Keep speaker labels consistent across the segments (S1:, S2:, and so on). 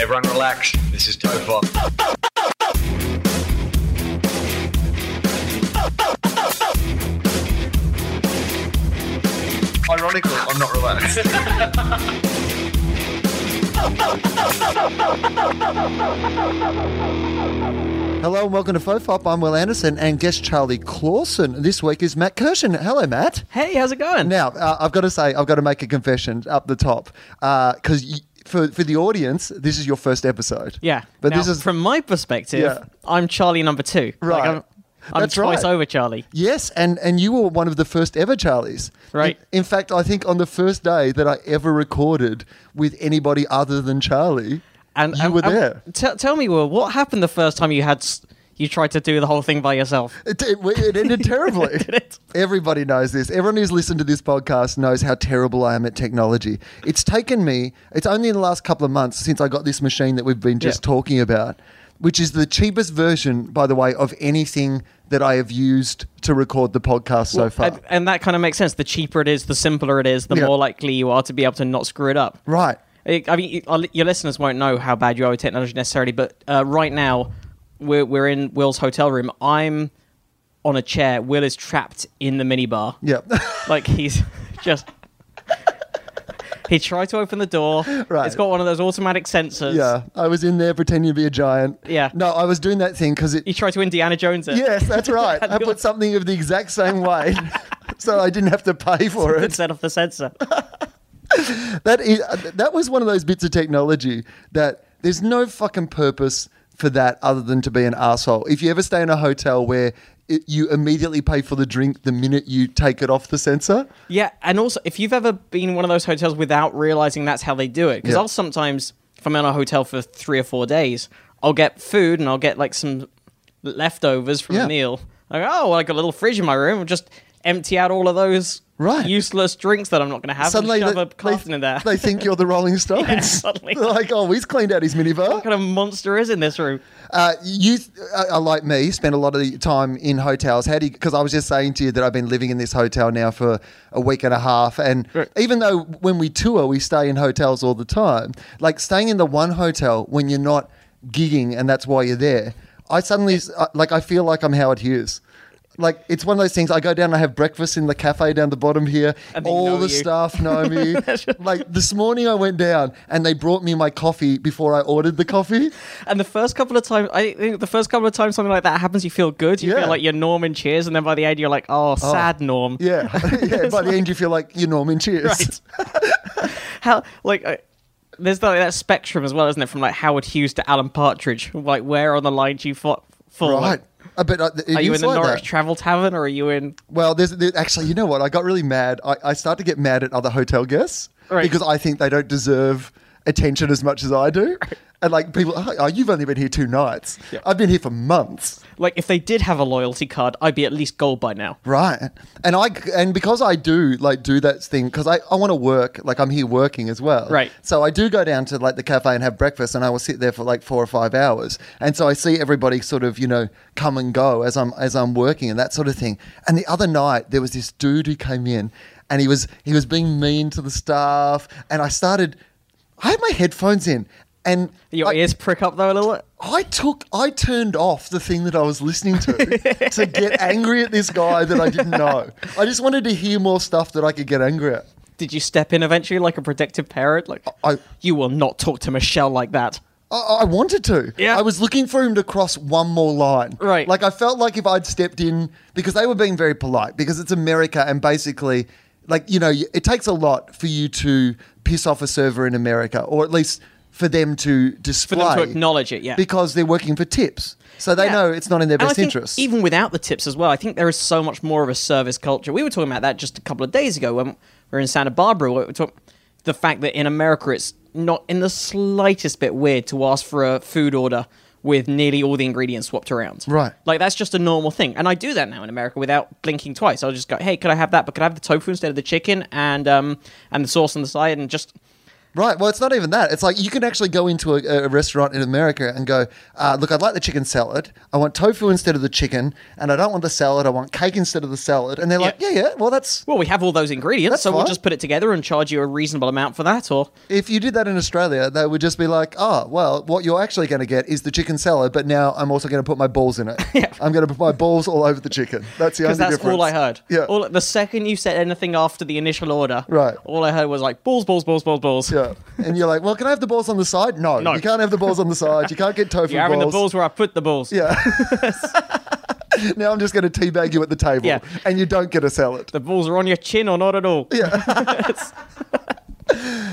S1: Everyone relax. This is Topher. Ironically, I'm not relaxed.
S2: Hello and welcome to FOFOP. I'm Will Anderson and guest Charlie Clausen. This week is Matt Kirshen. Hello, Matt.
S3: Hey, how's it going?
S2: Now, uh, I've got to say, I've got to make a confession up the top because y for, for the audience, this is your first episode.
S3: yeah,
S2: But
S3: Now,
S2: this is.
S3: from my perspective.
S2: Yeah.
S3: I'm Charlie number two. Like,
S2: Right.
S3: I'm, I'm
S2: That's
S3: twice
S2: right.
S3: over Charlie.
S2: Yes, and, and you were one of the first ever Charlies.
S3: Right.
S2: In, in fact, I think on the first day that I ever recorded with anybody other than Charlie,
S3: And
S2: you
S3: and-
S2: were
S3: and
S2: there.
S3: T- tell me, Will, what happened the first time you had s- you tried to do the whole thing by yourself?
S2: It, it, it ended terribly.
S3: it?
S2: Everybody knows this. Everyone who's listened to this podcast knows how terrible I am at technology. It's taken me, it's only in the last couple of months since I got this machine that we've been just
S3: Yeah.
S2: talking about, which is the cheapest version, by the way, of anything that I have used to record the podcast so far.
S3: And, and that kind of makes sense. The cheaper it is, the simpler it is, the
S2: Yeah.
S3: more likely you are to be able to not screw it up.
S2: right.
S3: I I mean, you- your listeners won't know how bad you are with technology necessarily, but uh, right now we're, we're in Will's hotel room. I'm on a chair. Will is trapped in the minibar.
S2: Yeah.
S3: Like he's just. he tried to open the door.
S2: Right.
S3: It's got one of those automatic sensors.
S2: yeah. I was in there pretending to be a giant.
S3: Yeah.
S2: No, I was doing that thing because it
S3: He tried to Indiana Jones it.
S2: Yes, that's right. I put something of the exact same weight, so I didn't have to pay for it.
S3: Instead of the sensor.
S2: That is uh, that was one of those bits of technology that there's no fucking purpose for that other than to be an asshole. If you ever stay in a hotel where it, you immediately pay for the drink the minute you take it off the sensor,
S3: Yeah, and also if you've ever been in one of those hotels without realizing that's how they do it, because
S2: Yeah.
S3: I'll sometimes, if I'm in a hotel for three or four days, I'll get food and I'll get like some leftovers from
S2: Yeah.
S3: a meal. Like, oh, well, I got a little fridge in my room. I'll just empty out all of those
S2: Right.
S3: useless drinks that I'm not going to have.
S2: suddenly
S3: Suddenly, and shove
S2: they,
S3: a carton in there.
S2: they think you're the Rolling Stones.
S3: suddenly.
S2: They're like, oh, he's cleaned out his minibar.
S3: what kind of monster is in this room?
S2: Uh, you uh, are like me, spend a lot of the time in hotels. How do you? Because I was just saying to you that I've been living in this hotel now for a week and a half, and
S3: Right.
S2: even though when we tour, we stay in hotels all the time. Like staying in the one hotel when you're not gigging, and that's why you're there. I suddenly s- uh, like I feel like I'm Howard Hughes. Like it's one of those things. I go down, and I have breakfast in the cafe down the bottom here.
S3: And they
S2: All
S3: know
S2: the
S3: you.
S2: staff know me. like this morning, I went down and they brought me my coffee before I ordered the coffee.
S3: And the first couple of times, I think the first couple of times something like that happens, you feel good. You
S2: Yeah.
S3: feel like you're Norm in Cheers, and then by the end, you're like, oh, sad Norm.
S2: Yeah. yeah. By the end, you feel like you're Norman Cheers.
S3: right. how like uh, there's like that spectrum as well, isn't it? From like Howard Hughes to Alan Partridge, like where on the line do you fa- fall?
S2: Right.
S3: Like,
S2: Uh, but uh, it
S3: are you
S2: is
S3: in the
S2: like
S3: Norwich
S2: that.
S3: Travel Tavern or are you in?
S2: Well, there's, there, actually, you know what? I got really mad. I, I start to get mad at other hotel guests
S3: Right.
S2: because I think they don't deserve attention as much as I do. And like people, oh, oh, you've only been here two nights. I've been here for months.
S3: Like if they did have a loyalty card, I'd be at least gold by now.
S2: Right. And I and because I do like do that thing because I, I want to work like I'm here working as well.
S3: Right.
S2: So I do go down to like the cafe and have breakfast and I will sit there for like four or five hours. And so I see everybody sort of, you know, come and go as I'm as I'm working and that sort of thing. And the other night there was this dude who came in and he was he was being mean to the staff and I started I had my headphones in and
S3: Your
S2: I,
S3: ears prick up though a little. bit.
S2: I took, I turned off the thing that I was listening to to get angry at this guy that I didn't know. I just wanted to hear more stuff that I could get angry at.
S3: Did you step in eventually like a protective parent? Like
S2: I-
S3: you will not talk to Michelle like that.
S2: I, I wanted to.
S3: Yeah.
S2: I was looking for him to cross one more line.
S3: Right.
S2: Like I felt like if I'd stepped in because they were being very polite because it's America and basically, like you know, y- it takes a lot for you to piss off a server in America or at least for them to
S3: For
S2: display
S3: them to acknowledge it, yeah.
S2: because they're working for tips. So they
S3: Yeah.
S2: know it's not in their
S3: And I
S2: best
S3: think
S2: interest.
S3: Even without the tips as well, I think there is so much more of a service culture. We were talking about that just a couple of days ago when we were in Santa Barbara. We were talk- the fact that in America it's not in the slightest bit weird to ask for a food order with nearly all the ingredients swapped around.
S2: Right.
S3: Like that's just a normal thing. And I do that now in America without blinking twice. I'll just go, "Hey, could I have that? But could I have the tofu instead of the chicken and um and the sauce on the side and just
S2: Right. Well, it's not even that. It's like you can actually go into a, a restaurant in America and go, uh, look, I'd like the chicken salad. I want tofu instead of the chicken, and I don't want the salad. I want cake instead of the salad. And they're like, yeah,
S3: Yeah.
S2: yeah. Well, that's
S3: well, we have all those ingredients,
S2: That's
S3: so we'll
S2: fine.
S3: just put it together and charge you a reasonable amount for that or
S2: if you did that in Australia, they would just be like, oh, well, what you're actually going to get is the chicken salad, but now I'm also going to put my balls in it. I'm going to put my balls all over the chicken. That's the only
S3: Because that's
S2: difference.
S3: all I heard.
S2: Yeah.
S3: All, the second you said anything after the initial order,
S2: Right.
S3: All I heard was like balls, balls, balls, balls, balls.
S2: yeah. And you're like, well, can I have the balls on the side? No,
S3: No.
S2: you can't have the balls on the side. You can't get tofu
S3: You're having the balls where I put the balls.
S2: Yeah. now I'm just going to teabag you at the table,
S3: Yeah.
S2: and you don't get a salad.
S3: The balls are on your chin or not at all. Yeah.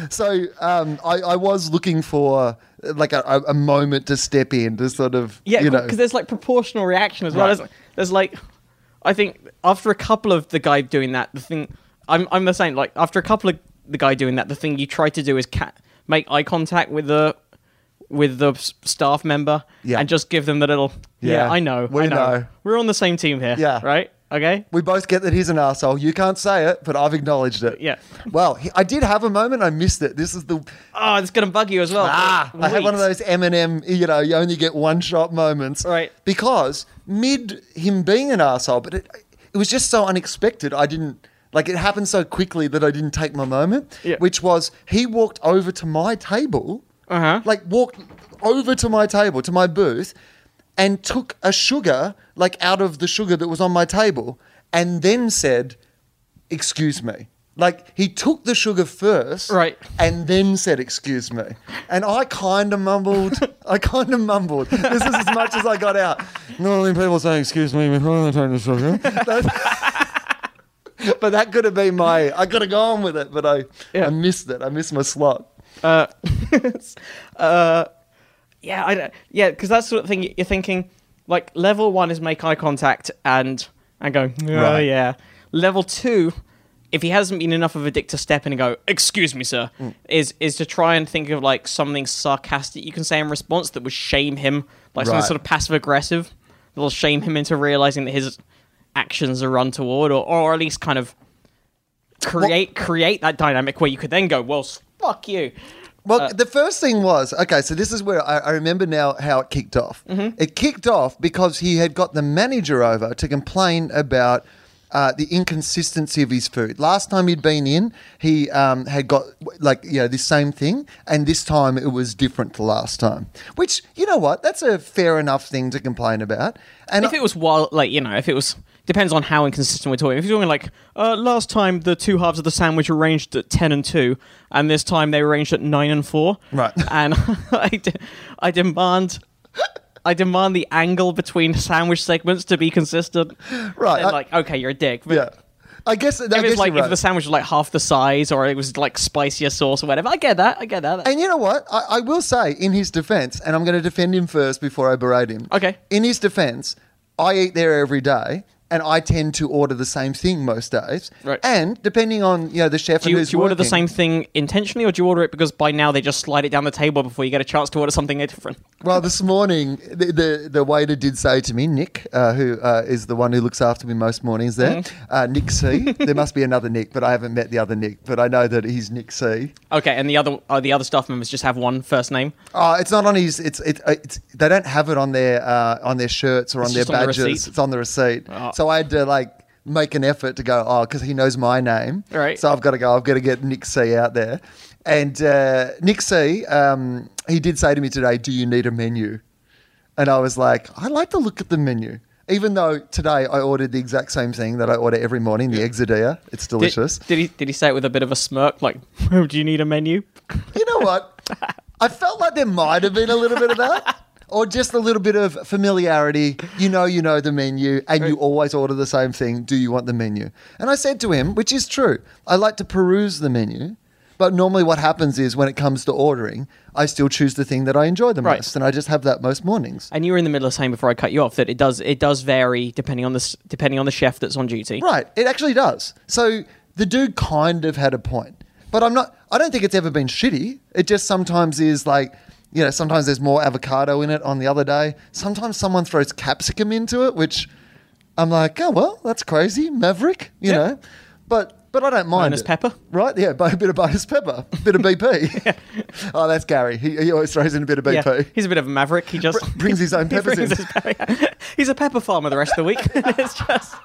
S2: So um, I, I was looking for uh, like a, a- a moment to step in to sort of,
S3: Yeah,
S2: you
S3: because
S2: know,
S3: there's like proportional reaction as well.
S2: Right.
S3: There's, there's like, I think after a couple of the guy doing that, the thing I'm I'm the same. Like after a couple of the guy doing that, the thing you try to do is ca- make eye contact with the with the s- staff member
S2: Yeah.
S3: and just give them the little yeah,
S2: Yeah,
S3: I know
S2: we
S3: I know.
S2: know."
S3: we're on the same team here
S2: Yeah.
S3: right okay
S2: we both get that he's an asshole. You can't say it, but I've acknowledged it.
S3: Yeah.
S2: Well, he, I did have a moment. I missed it. This is the
S3: oh it's gonna bug you as well uh,
S2: ah. I had
S3: Wait.
S2: one of those Eminem. You know, you only get one shot moments.
S3: Right.
S2: Because mid him being an asshole, but it it was just so unexpected. I didn't. Like it happened so quickly that I didn't take my moment,
S3: Yeah.
S2: which was he walked over to my table,
S3: Uh-huh.
S2: like walked over to my table, to my booth, and took a sugar like out of the sugar that was on my table, and then said, "Excuse me." Like he took the sugar first,
S3: Right.
S2: and then said, "Excuse me," and I kind of mumbled. I kind of mumbled. This is as much as I got out. Normally, people say, "Excuse me," before they take the sugar. That- but that could have been my. I could have gone with it, but I,
S3: Yeah.
S2: I missed it. I missed my slot.
S3: Yeah, I don't- yeah, because that's sort of thing you're thinking. Like level one is make eye contact and and go, oh
S2: Right.
S3: yeah. Level two, if he hasn't been enough of a dick to step in and go, excuse me, sir,
S2: Mm.
S3: is is to try and think of like something sarcastic you can say in response that would shame him, like
S2: Right.
S3: something sort of passive aggressive that'll shame him into realizing that his actions are untoward, or or at least kind of create create that dynamic where you could then go, well, s- fuck you.
S2: Well,
S3: Uh,
S2: the first thing was okay. So this is where I, I remember now how it kicked off.
S3: Mm-hmm.
S2: It kicked off because he had got the manager over to complain about uh, the inconsistency of his food. Last time he'd been in, he um, had got like you know this same thing, and this time it was different to last time. Which you know what, that's a fair enough thing to complain about. And
S3: if it was while like you know if it was depends on how inconsistent we're talking if you're talking like uh, last time the two halves of the sandwich were arranged at 10 and 2 and this time they were arranged at 9 and 4
S2: Right.
S3: and I, de- I demand i demand the angle between sandwich segments to be consistent
S2: Right,
S3: Then,
S2: I-
S3: like okay you're a dick but
S2: yeah, I guess I
S3: if
S2: guess
S3: it's like
S2: you're
S3: if
S2: right.
S3: the sandwich was like half the size or it was like spicier sauce or whatever i get that i get that
S2: And you know what? I, I will say in his defense, and I'm going to defend him first before I berate him.
S3: Okay.
S2: In his defense, I eat there every day. And I tend to order the same thing most days.
S3: Right.
S2: And depending on you know the chef
S3: do
S2: and
S3: you,
S2: who's
S3: do you order the
S2: working-
S3: same thing intentionally or do you order it because by now they just slide it down the table before you get a chance to order something different
S2: Well, this morning the, the the waiter did say to me, Nick, uh, who uh, is the one who looks after me most mornings. There,
S3: Mm-hmm.
S2: uh, Nick C. there must be another Nick, but I haven't met the other Nick. But I know that he's Nick C.
S3: Okay, and the other uh, the other staff members just have one first name.
S2: Oh, it's not on his. It's it, uh, it's they don't have it on their uh, on their shirts or on their
S3: just on the
S2: badges.
S3: receipt. Oh.
S2: it's on the receipt. So I had to like make an effort to go. Oh, because he knows my name.
S3: Right.
S2: So I've got to go. I've got to get Nick C out there. And uh, Nick C, um, he did say to me today, "Do you need a menu?" And I was like, I like to look at the menu. Even though today I ordered the exact same thing that I order every morning, the Exodia. It's
S3: Did,
S2: delicious.
S3: did he did he say it with a bit of a smirk, like, "Do you need a menu?"
S2: you know what? I felt like there might have been a little bit of that. Or just a little bit of familiarity. You know, you know the menu, and you always order the same thing. Do you want the menu? And I said to him, which is true, I like to peruse the menu, but normally what happens is when it comes to ordering, I still choose the thing that I enjoy the
S3: Right.
S2: most, and I just have that most mornings.
S3: And you were in the middle of saying before I cut you off that it does it does vary depending on the s- depending on the chef that's on duty.
S2: Right, it actually does. So the dude kind of had a point, but I'm not. I- I don't think it's ever been shitty. It just sometimes is like, you know, sometimes there's more avocado in it on the other day. Sometimes someone throws capsicum into it, which I'm like, oh well, that's crazy, Maverick, you
S3: Yeah.
S2: know. But but I don't mind
S3: Bonus
S2: it.
S3: pepper.
S2: right? Yeah, but a bit of bonus pepper, bit of BP. Oh, that's Gary. He, he always throws in a bit of BP.
S3: Yeah, he's a bit of a maverick. He just
S2: Br- brings his own
S3: he
S2: peppers
S3: brings
S2: in.
S3: his pepper- he's a pepper farmer the rest of the week. it's just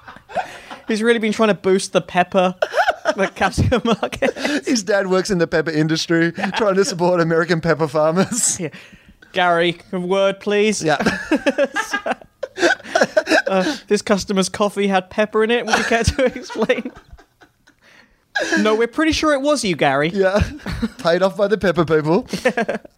S3: he's really been trying to boost the pepper, the capsicum market.
S2: His dad works in the pepper industry, trying to support American pepper farmers.
S3: Yeah. Gary, a word please.
S2: Yeah.
S3: This customer's coffee had pepper in it. Would you care to explain? no, we're pretty sure it was you, Gary.
S2: Yeah, paid off by the pepper people.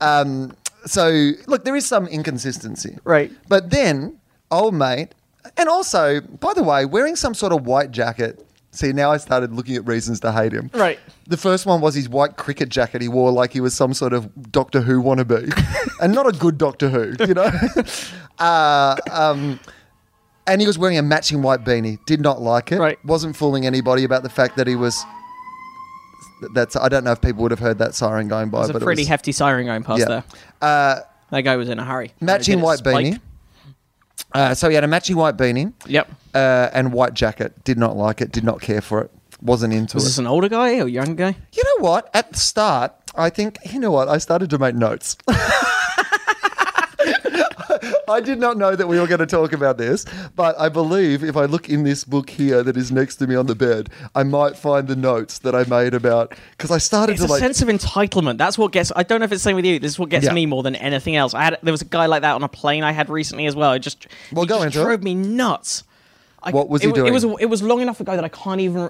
S2: Um, so look, there is some inconsistency,
S3: Right.
S2: But then, old mate, and also, by the way, wearing some sort of white jacket. See, now I started looking at reasons to hate him.
S3: Right.
S2: The first one was his white cricket jacket he wore like he was some sort of Doctor Who wannabe, and not a good Doctor Who, you know. uh, um, and he was wearing a matching white beanie. Did not like it.
S3: Right.
S2: Wasn't fooling anybody about the fact that he was that's I don't know if people would have heard that siren going by,
S3: It's a
S2: but
S3: pretty
S2: it was
S3: hefty siren going past
S2: Yeah.
S3: there.
S2: Uh,
S3: That guy was in a hurry.
S2: matching
S3: Trying
S2: white
S3: to get it
S2: beanie.
S3: spiked.
S2: Uh, so he had a matching white beanie
S3: Yep.
S2: uh, and white jacket. Did not like it. Did not care for it. Wasn't into
S3: Was
S2: it.
S3: this an older guy or young guy?
S2: You know what? At the start, I think you know what I started to make notes. I did not know that we were going to talk about this, but I believe if I look in this book here that is next to me on the bed, I might find the notes that I made about because I started
S3: It's
S2: to
S3: a
S2: like
S3: sense of entitlement. That's what gets. I don't know if it's the same with you. This is what gets
S2: Yeah.
S3: me more than anything else. I had there was a guy like that on a plane I had recently as well. It just
S2: Well,
S3: it
S2: go
S3: just
S2: into it.
S3: drove me nuts. I,
S2: What was
S3: it,
S2: he
S3: wa- It was
S2: doing?
S3: it was long enough ago that I can't even.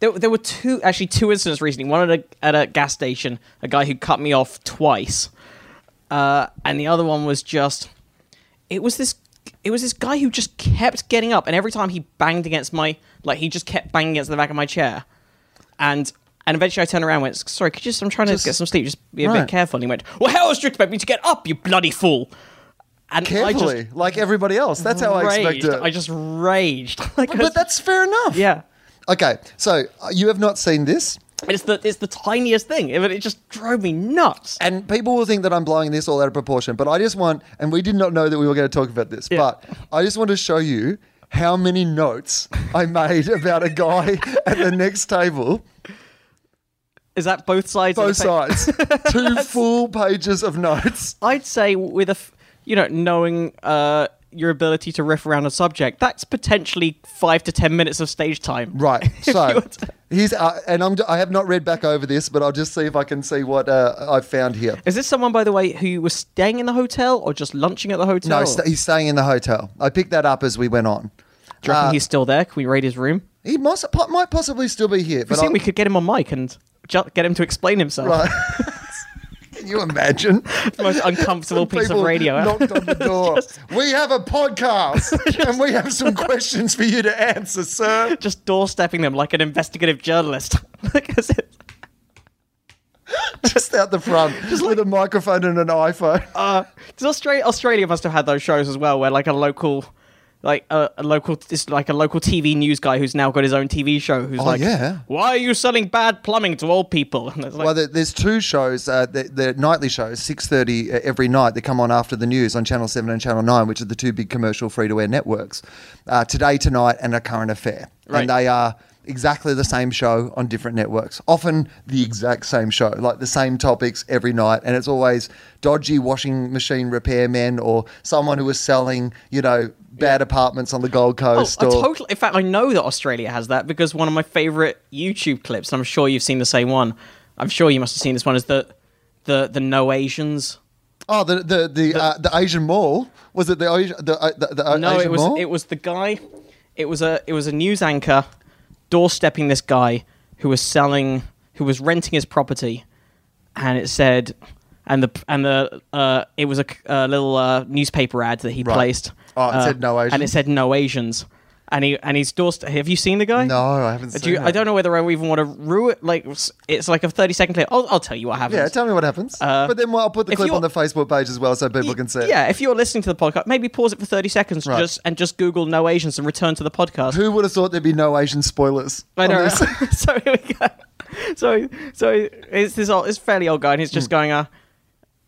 S3: There, there were two actually two incidents recently. One at a at a gas station, a guy who cut me off twice, uh, and the other one was just. It was this. It was this guy who just kept getting up, and every time he banged against my like he just kept banging against the back of my chair and and eventually I turned around and went, sorry, could you just, I'm trying
S2: Just-
S3: to get some sleep, just be a
S2: Right.
S3: bit careful. And he went, well, how else do you expect me to get up, you bloody fool? And
S2: carefully,
S3: I just
S2: like everybody else. That's how I
S3: raged.
S2: expect it.
S3: I just raged. like, I
S2: but
S3: was-
S2: that's fair enough.
S3: yeah.
S2: Okay, so uh, you have not seen this,
S3: It's the, it's the tiniest thing, but it just drove me nuts.
S2: and people will think that I'm blowing this all out of proportion, but I just want, and we did not know that we were going to talk about this,
S3: Yeah.
S2: but I just want to show you how many notes I made about a guy at the next table,
S3: Is that both sides? of
S2: both
S3: the pa-
S2: sides, two full pages of notes.
S3: I'd say with a, f- you know, knowing uh, your ability to riff around a subject, that's potentially five to ten minutes of stage time.
S2: Right.
S3: If you
S2: So
S3: were to-
S2: he's, uh, and I'm, I have not read back over this, but I'll just see if I can see what uh, I've found here.
S3: Is this someone, by the way, who was staying in the hotel or just lunching at the hotel?
S2: No, st- he's staying in the hotel. I picked that up as we went on.
S3: Do you reckon
S2: Uh,
S3: he's still there? Can we raid his room?
S2: He must, po- might possibly still be here,
S3: I
S2: but
S3: think
S2: I'll,
S3: we could get him on mic and ju- get him to explain himself.
S2: Right. can you imagine?
S3: the most uncomfortable piece
S2: People
S3: of radio. ever.
S2: knocked on the door. we have a podcast, and we have some questions for you to answer, sir.
S3: Just doorstepping them like an investigative journalist. Because it-
S2: Just out the front, just with a microphone and an iPhone.
S3: uh, does Australia, Australia must have had those shows as well, where like a local, like a, a local, it's like a local TV news guy who's now got his own TV show. Who's
S2: Oh,
S3: like,
S2: yeah.
S3: why are you selling bad plumbing to old people? And it's like,
S2: well, there, there's two shows. Uh, the, the nightly shows, six thirty uh, every night. They come on after the news on Channel Seven and Channel Nine, which are the two big commercial free-to-air networks. Uh, Today, tonight, and a current affair,
S3: Right.
S2: and they are exactly the same show on different networks. Often the exact same show, like the same topics every night, and it's always dodgy washing machine repairmen or someone who is selling, you know, bad apartments on the Gold
S3: Oh,
S2: Coast.
S3: I
S2: or,
S3: totally. In fact, I know that Australia has that because one of my favorite YouTube clips, and I'm sure you've seen the same one. I'm sure you must have seen this one. Is the the the no Asians?
S2: oh, the the the, uh, the Asian Mall was it the Asi- the uh, the, the uh,
S3: No,
S2: Asian
S3: it was
S2: Mall?
S3: it was the guy. It was a it was a news anchor doorstepping this guy who was selling who was renting his property, and it said, and the and the uh, it was a, c- a little uh, newspaper ad that he
S2: Right.
S3: placed.
S2: Oh, it
S3: uh,
S2: said no
S3: and it
S2: Asians.
S3: said no Asians. And he and he's doorstep. Have you seen the guy?
S2: No, I haven't
S3: Do
S2: seen
S3: you- I
S2: it.
S3: don't know whether I even want to ruin. Like s- it's like a thirty second clip. I'll, I'll tell you what happens.
S2: Yeah, tell me what happens. but then well, I'll put the
S3: Uh, if
S2: clip
S3: you're-
S2: on the Facebook page as well so people can see it.
S3: Yeah, if you're listening to the podcast, maybe pause it for thirty seconds
S2: Right.
S3: just and just Google no Asians and return to the podcast.
S2: Who would have thought there'd be no Asian spoilers?
S3: I
S2: on
S3: know.
S2: this?
S3: so here we go. so so it's this old, it's fairly old guy, and he's just going, uh,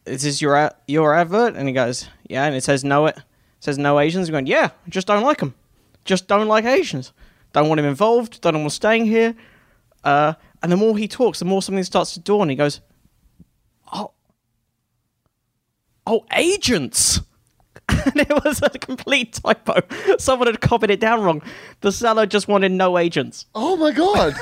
S3: "Is this your a- your advert?" And he goes, "Yeah," and it says no, it says no Asians. I'm going, "Yeah, just don't like them, just don't like Asians, don't want him involved, don't want him staying here." Uh, and the more he talks, the more something starts to dawn. He goes, "Oh, oh, agents." and it was a complete typo. Someone had copied it down wrong. The seller just wanted no agents.
S2: Oh my god.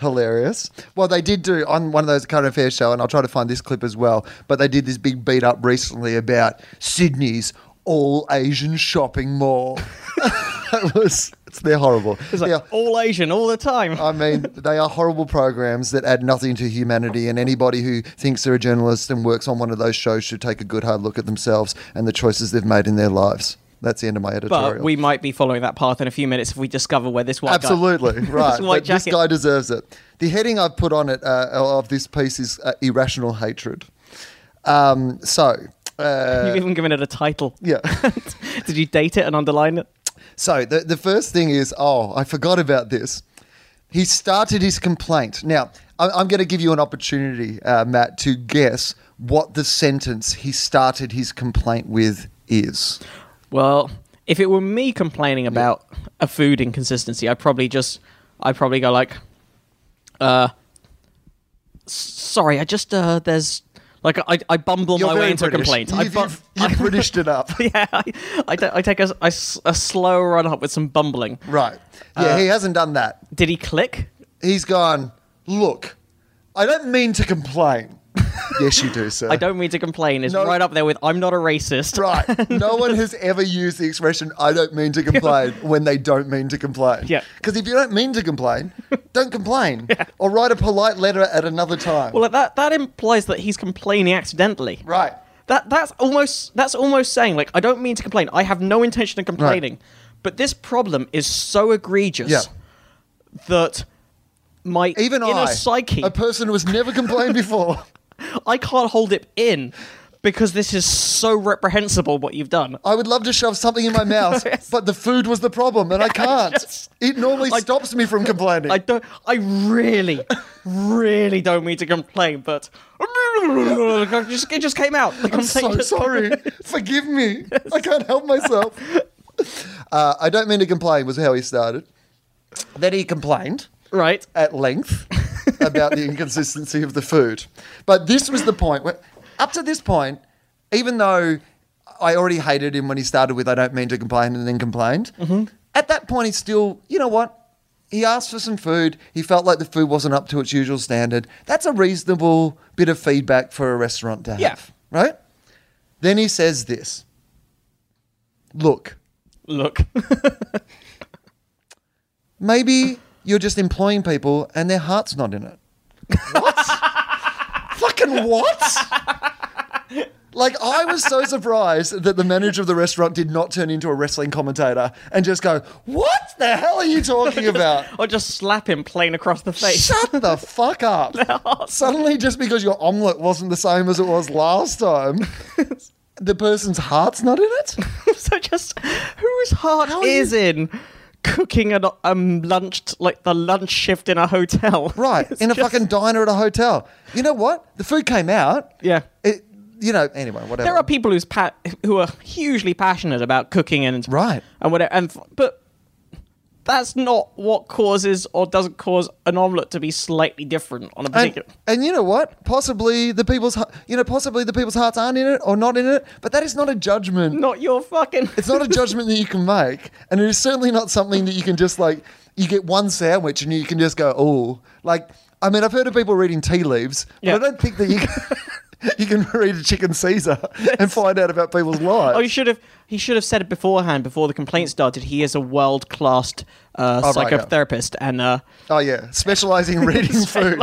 S2: Hilarious. Well, they did do on one of those current affair show, and I'll try to find this clip as well. But they did this big beat up recently about Sydney's all Asian shopping mall. that was it's, they're horrible.
S3: It's like
S2: Yeah.
S3: all Asian all the time.
S2: I mean, they are horrible programs that add nothing to humanity, and anybody who thinks they're a journalist and works on one of those shows should take a good hard look at themselves and the choices they've made in their lives. That's the end of my editorial.
S3: but we might be following that path in a few minutes if we discover where this white
S2: Absolutely right.
S3: white
S2: but this
S3: jacket.
S2: guy deserves it. The heading I've put on it uh, of this piece is uh, irrational hatred. Um, so.
S3: guy.
S2: Uh,
S3: You've even given it a title.
S2: yeah.
S3: Did you date it and underline it?
S2: So the, the first thing is, oh, I forgot about this. He started his complaint. Now, I- I'm going to give you an opportunity, uh, Matt, to guess what the sentence he started his complaint with is.
S3: Well, if it were me complaining about a food inconsistency, I probably just, I probably go like, uh, s- sorry, I just, uh, there's, like, I, I bumble my way into a complaint. I,
S2: You've,
S3: bu-
S2: you've- you've Britished it up.
S3: yeah, I, I, ta- I take a, s- a s- a slow run up with some bumbling.
S2: Right. Yeah,
S3: Uh,
S2: he hasn't done that.
S3: Did he click?
S2: he's gone, look, I don't mean to complain. yes, you do, sir.
S3: I don't mean to complain. Is
S2: No.
S3: right up there with I'm not a racist.
S2: Right. No one has ever used the expression I don't mean to complain when they don't mean to complain.
S3: Yeah.
S2: Because if you don't mean to complain, don't complain. Or write a polite letter at another time.
S3: Well, that that implies that he's complaining accidentally.
S2: right.
S3: That that's almost that's almost saying like I don't mean to complain. I have no intention of complaining, but this problem is so egregious
S2: Yeah.
S3: that my
S2: Even
S3: inner
S2: I,
S3: psyche
S2: a person who has never complained before.
S3: I can't hold it in because this is so reprehensible what you've done.
S2: I would love to shove something in my mouth,
S3: Yes.
S2: but the food was the problem, and I can't.
S3: just-
S2: it normally
S3: I-
S2: stops me from complaining.
S3: I don't. I really, really don't mean to complain, but it just, it just came out. The
S2: I'm so
S3: complaint-
S2: sorry. Forgive me. I can't help myself. Uh, I don't mean to complain, was how he started. Then he complained
S3: Right.
S2: at length about the inconsistency of the food. But this was the point where, up to this point, even though I already hated him when he started with I don't mean to complain and then complained, at that point, he's still, you know what? He asked for some food. He felt like the food wasn't up to its usual standard. That's a reasonable bit of feedback for a restaurant to have,
S3: Yeah.
S2: right? Then he says this Look,
S3: Look.
S2: Maybe you're just employing people and their heart's not in it. What? Fucking what? Like I was so surprised that the manager of the restaurant did not turn into a wrestling commentator and just go, "What the hell are you talking about?"
S3: or just slap him plain across the face.
S2: Shut the fuck up. Suddenly, just because your omelette wasn't the same as it was last time, the person's heart's not in it?
S3: so just whose heart
S2: How are
S3: is in cooking a um lunch like the lunch shift in a hotel?
S2: Right,
S3: It's
S2: in a
S3: just-
S2: fucking diner at a hotel. You know what? The food came out.
S3: Yeah.
S2: It, you know, anyway, whatever.
S3: There are people who's pa- who are hugely passionate about cooking and
S2: Right.
S3: and whatever, and f- but that's not what causes or doesn't cause an omelette to be slightly different on a
S2: and,
S3: particular.
S2: and you know what? Possibly the people's, hea- you know, possibly the people's hearts aren't in it or not in it. But that is not a judgment.
S3: not your fucking.
S2: It's not a judgment that you can make, and it is certainly not something that you can just like. You get one sandwich and you can just go, oh, like. I mean, I've heard of people reading tea leaves, but
S3: Yeah.
S2: I don't think that you can, you can read a chicken Caesar and find out about people's lives.
S3: Oh, you should have. He should have said it beforehand, before the complaint started. He is a world class uh,
S2: Oh, right, yeah.
S3: psychotherapist, and uh,
S2: oh yeah, specializing in reading food.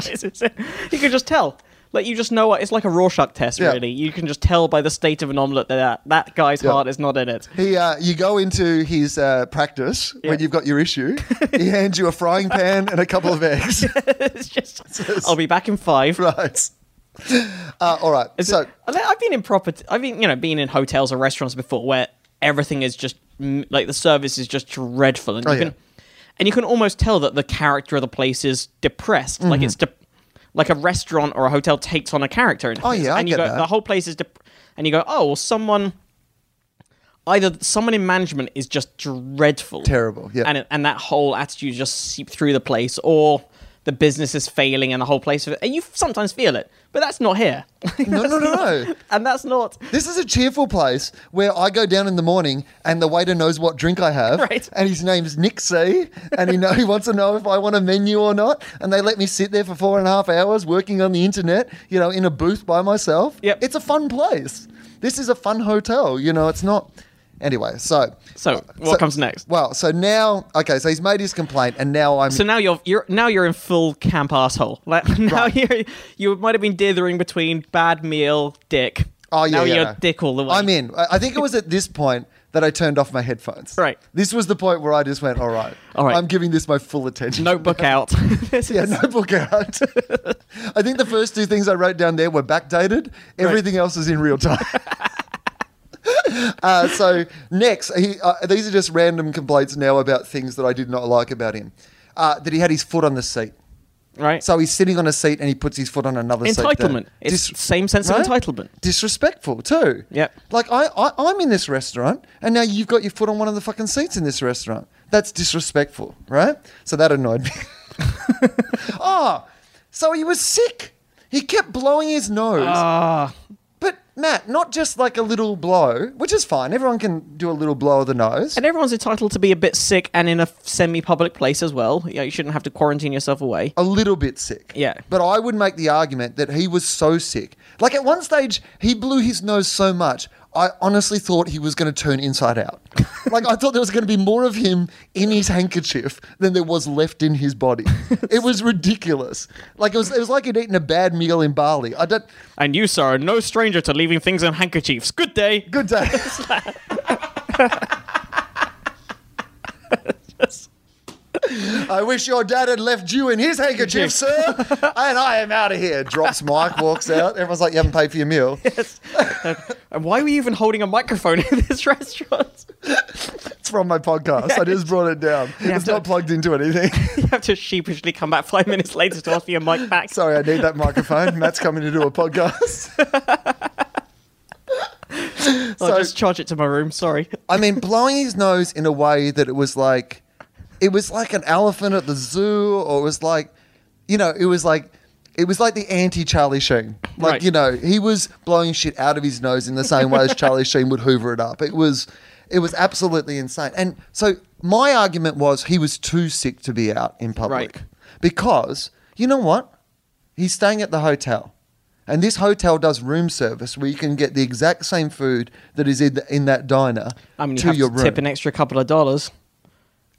S3: you can just tell. Like you just know what it's like a Rorschach test,
S2: Yeah.
S3: really. You can just tell by the state of an omelette that that, that guy's
S2: Yeah.
S3: heart is not in it.
S2: He, uh, you go into his uh, practice when
S3: Yeah.
S2: you've got your issue. he hands you a frying pan and a couple of eggs.
S3: it's just, I'll be back in five.
S2: right. Uh, all right.
S3: Is
S2: so
S3: it- I- I've been in proper. I've been, you know, been in hotels or restaurants before where everything is just mm, like the service is just dreadful, and
S2: Oh,
S3: you
S2: yeah.
S3: can, and you can almost tell that the character of the place is depressed. Like it's de- like a restaurant or a hotel takes on a character. In
S2: Mm-hmm. Oh, yeah, I
S3: and you
S2: get
S3: go,
S2: that.
S3: the whole place is, dep- and you go, oh, well, someone, either someone in management is just dreadful,
S2: Terrible, yeah.
S3: and it, and that whole attitude just seep through the place, or the business is failing and the whole place, and you sometimes feel it, but that's not here.
S2: No, no, no, no.
S3: and that's not
S2: This is a cheerful place where I go down in the morning and the waiter knows what drink I have.
S3: Right.
S2: And his name's Nick C. And he, know, he wants to know if I want a menu or not. And they let me sit there for four and a half hours working on the internet, you know, in a booth by myself.
S3: Yep.
S2: It's a fun place. This is a fun hotel. You know, it's not. Anyway, so.
S3: So, what comes next?
S2: Well, so now, okay, so he's made his complaint and now I'm.
S3: So now you're you're now you're in full camp asshole. Like now you you might have been dithering between bad meal, dick.
S2: Oh yeah,
S3: now
S2: yeah,
S3: you're
S2: no.
S3: dick all the way.
S2: I'm in. I I think it was at this point that I turned off my headphones.
S3: Right.
S2: This was the point where I just went, "All right,
S3: All right.
S2: I'm giving this my full attention."
S3: notebook out. This
S2: Yeah,
S3: is-
S2: notebook out. I think the first two things I wrote down there were backdated. Everything else is in real time. uh, so next, he, uh, these are just random complaints now about things that I did not like about him. Uh, that he had his foot on the seat.
S3: right.
S2: So he's sitting on a seat and he puts his foot on another seat. there.
S3: entitlement. It's
S2: Dis-
S3: same sense of
S2: right?
S3: entitlement.
S2: Disrespectful too.
S3: Yep.
S2: Like I, I, I'm in this restaurant, and now you've got your foot on one of the fucking seats in this restaurant. That's disrespectful, right? So that annoyed me. oh, so he was sick. He kept blowing his nose.
S3: Ah.
S2: But Matt, not just like a little blow, which is fine. Everyone can do a little blow of the nose.
S3: And everyone's entitled to be a bit sick and in a semi-public place as well. Yeah, you shouldn't have to quarantine yourself away.
S2: a little bit sick.
S3: Yeah.
S2: But I would make the argument that he was so sick. Like at one stage, he blew his nose so much, I honestly thought he was going to turn inside out. like I thought there was going to be more of him in his handkerchief than there was left in his body. it was ridiculous. Like it was, it was like he'd eaten a bad meal in Bali. I don't.
S3: And you, sir, are no stranger to leaving things in handkerchiefs. Good day.
S2: Good day. I wish your dad had left you in his handkerchief, sir. And I am out of here. Drops Mike, walks out. Everyone's like, "You haven't paid for your meal."
S3: And Uh, why were you even holding a microphone in this restaurant?
S2: It's from my podcast. I just brought it down. It's
S3: to-
S2: not plugged into anything.
S3: you have to sheepishly come back five minutes later to ask for your mic back.
S2: Sorry, I need that microphone. Matt's coming to do a podcast.
S3: I'll
S2: So-
S3: just charge it to my room. Sorry.
S2: I mean, blowing his nose in a way that it was like, it was like an elephant at the zoo, or it was like, you know, it was like, it was like the anti Charlie Sheen. Like,
S3: Right.
S2: you know, he was blowing shit out of his nose in the same way as Charlie Sheen would hoover it up. It was, it was absolutely insane. And so my argument was he was too sick to be out in public
S3: Right.
S2: because you know what? He's staying at the hotel. And this hotel does room service where you can get the exact same food that is in, in that diner
S3: I mean, you
S2: to
S3: have
S2: your
S3: to
S2: room.
S3: tip an extra couple of dollars,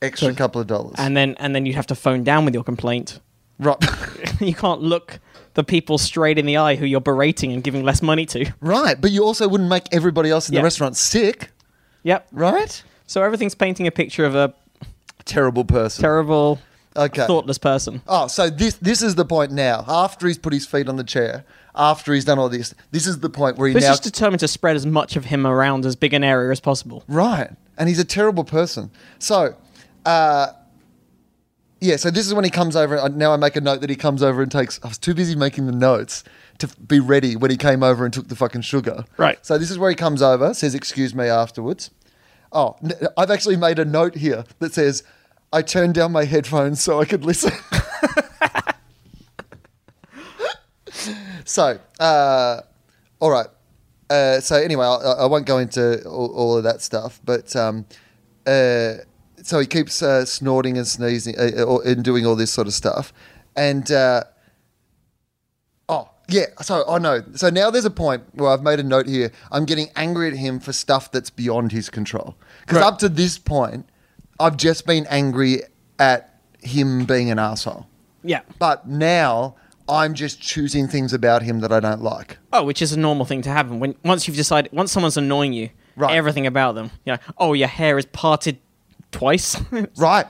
S2: extra couple of dollars.
S3: and then and then you have to phone down with your complaint.
S2: right.
S3: you can't look the people straight in the eye who you're berating and giving less money to.
S2: right. But you also wouldn't make everybody else in
S3: Yeah.
S2: the restaurant sick,
S3: Yep.
S2: right?
S3: So everything's painting a picture of a
S2: Terrible person.
S3: terrible,
S2: Okay.
S3: thoughtless person.
S2: Oh, so this this is the point now. After he's put his feet on the chair, after he's done all this, this is the point where he
S3: Who's
S2: now
S3: just determined to spread as much of him around as big an area as possible.
S2: Right. And he's a terrible person. So, uh, yeah, so this is when he comes over. and Now I make a note that he comes over and takes. I was too busy making the notes to f- be ready when he came over and took the fucking sugar.
S3: Right.
S2: So this is where he comes over, says, Excuse me afterwards. Oh, n- I've actually made a note here that says, I turned down my headphones so I could listen. so, uh, all right. Uh, so anyway, I, I won't go into all, all of that stuff, but um, uh, so he keeps uh, snorting and sneezing uh, or, and doing all this sort of stuff, and uh, oh yeah, so I know. So now there's a point where I've made a note here. I'm getting angry at him for stuff that's beyond his control because
S3: Right.
S2: up to this point, I've just been angry at him being an asshole,
S3: Yeah.
S2: but now I'm just choosing things about him that I don't like.
S3: Oh, which is a normal thing to happen when once you've decided once someone's annoying you,
S2: Right.
S3: everything about them. You know, oh, your hair is parted twice.
S2: Right.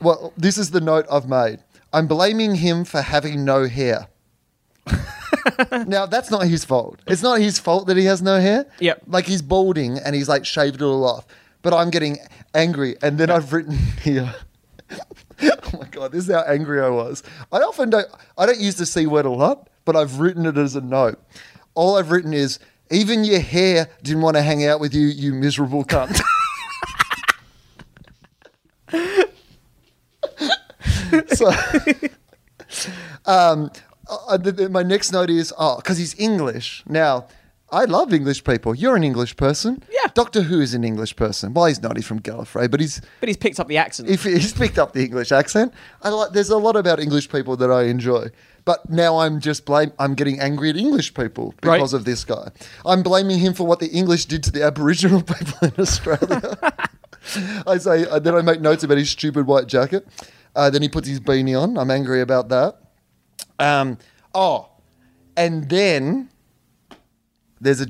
S2: Well, this is the note I've made. I'm blaming him for having no hair. now that's not his fault. It's not his fault that he has no hair.
S3: Yep.
S2: Like he's balding and he's like shaved it all off. But I'm getting angry, and then I've written here. Oh my god, this is how angry I was. I often don't I don't use the C word a lot, but I've written it as a note. All I've written is even your hair didn't want to hang out with you, you miserable cunt. so um, uh, the, the- my next note is oh, because he's English. Now, I love English people. You're an English person.
S3: Yeah.
S2: Doctor Who is an English person. Well, he's not. He's from Gallifrey, but he's
S3: But he's picked up the accent.
S2: if he's picked up the English accent. I like, there's a lot about English people that I enjoy, but now I'm just blame. I'm getting angry at English people
S3: Right.
S2: because of this guy. I'm blaming him for what the English did to the Aboriginal people in Australia. I say uh, then I make notes about his stupid white jacket. Uh, then he puts his beanie on. I'm angry about that. Um, oh, and then there's a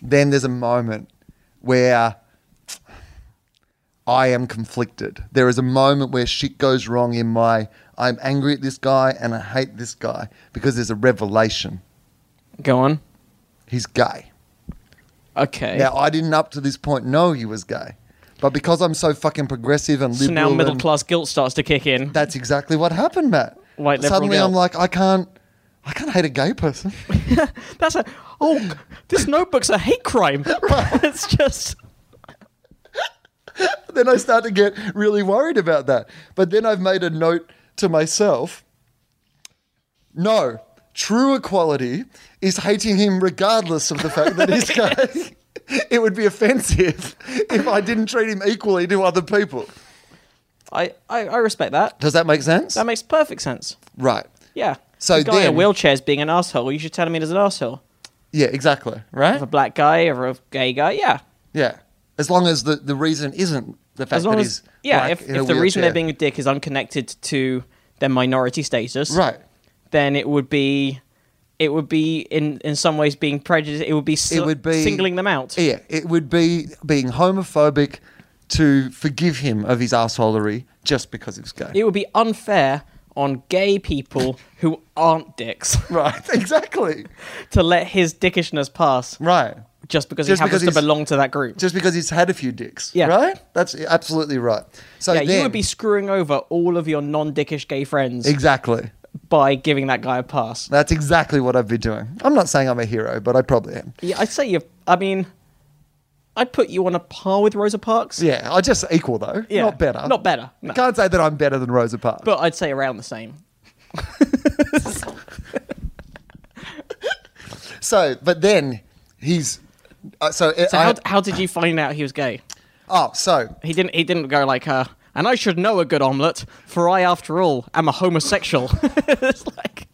S2: then there's a moment where I am conflicted. There is a moment where shit goes wrong in my I'm angry at this guy and I hate this guy because there's a revelation.
S3: Go on.
S2: He's gay.
S3: Okay.
S2: Now I didn't up to this point know he was gay. But because I'm so fucking progressive and
S3: so
S2: liberal
S3: now middle
S2: and-
S3: class guilt starts to kick in.
S2: That's exactly what happened, Matt.
S3: White liberal
S2: Suddenly I'm
S3: guilt.
S2: like, I can't I can't hate a gay person.
S3: That's a oh, this notebook's a hate crime. it's just
S2: then I start to get really worried about that. But then I've made a note to myself no, true equality is hating him regardless of the fact that he's gay. It would be offensive if I didn't treat him equally to other people.
S3: I, I I respect that.
S2: Does that make sense?
S3: That makes perfect sense.
S2: right.
S3: Yeah.
S2: So
S3: the guy in a
S2: then-
S3: wheelchair's being an asshole. You should tell him he's an asshole.
S2: Yeah, exactly. Right?
S3: If a black guy or a gay guy, yeah.
S2: Yeah. As long as the, the reason isn't the fact
S3: As long
S2: that
S3: as
S2: he's
S3: yeah,
S2: black
S3: if,
S2: in a
S3: if the reason they're
S2: wheelchair.
S3: being a dick is unconnected to their minority status,
S2: right.
S3: Then it would be. It would be in, in some ways being prejudiced. It would be, si-
S2: It would be-
S3: singling them out.
S2: Yeah, it would be being homophobic to forgive him of his assholery just because he was gay.
S3: It would be unfair on gay people who aren't dicks
S2: right, exactly.
S3: to let his dickishness pass
S2: Right.
S3: just because
S2: Just
S3: he happens
S2: because
S3: to
S2: he's-
S3: belong to that group.
S2: Just because he's had a few dicks.
S3: Yeah.
S2: Right? That's absolutely right. So
S3: yeah,
S2: then-
S3: you would be screwing over all of your non-dickish gay friends
S2: Exactly.
S3: by giving that guy a pass.
S2: That's exactly what I've been doing. I'm not saying I'm a hero, but I probably am.
S3: Yeah, I'd say you. I mean, I'd put you on a par with Rosa Parks.
S2: Yeah, I just equal though.
S3: Yeah.
S2: Not better.
S3: Not better,
S2: I
S3: no.
S2: can't say that I'm better than Rosa Parks.
S3: but I'd say around the same.
S2: so, but then he's uh, so, it-
S3: So
S2: I-
S3: how, how did you find out he was gay?
S2: oh, so
S3: He didn't. He didn't go like her. and I should know a good omelette, for I, after all, am a homosexual. it's like.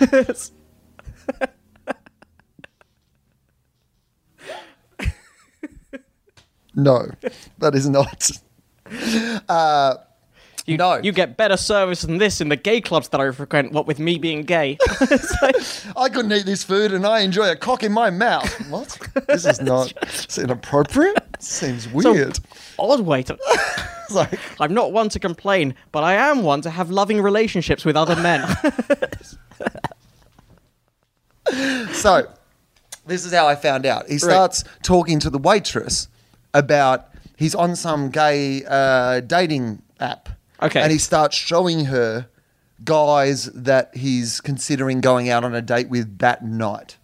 S3: It's-
S2: no, that is not. Uh,
S3: You,
S2: No.
S3: you get better service than this in the gay clubs that I frequent. What with me being gay, It's like-
S2: I couldn't eat this food and I enjoy a cock in my mouth. What? This is not it's inappropriate. Seems
S3: So-
S2: weird.
S3: odd way to.
S2: It's like,
S3: I'm not one to complain, but I am one to have loving relationships with other men.
S2: so, this is how I found out. He starts talking to the waitress about he's on some gay uh, dating app.
S3: Okay.
S2: And he starts showing her guys that he's considering going out on a date with that night.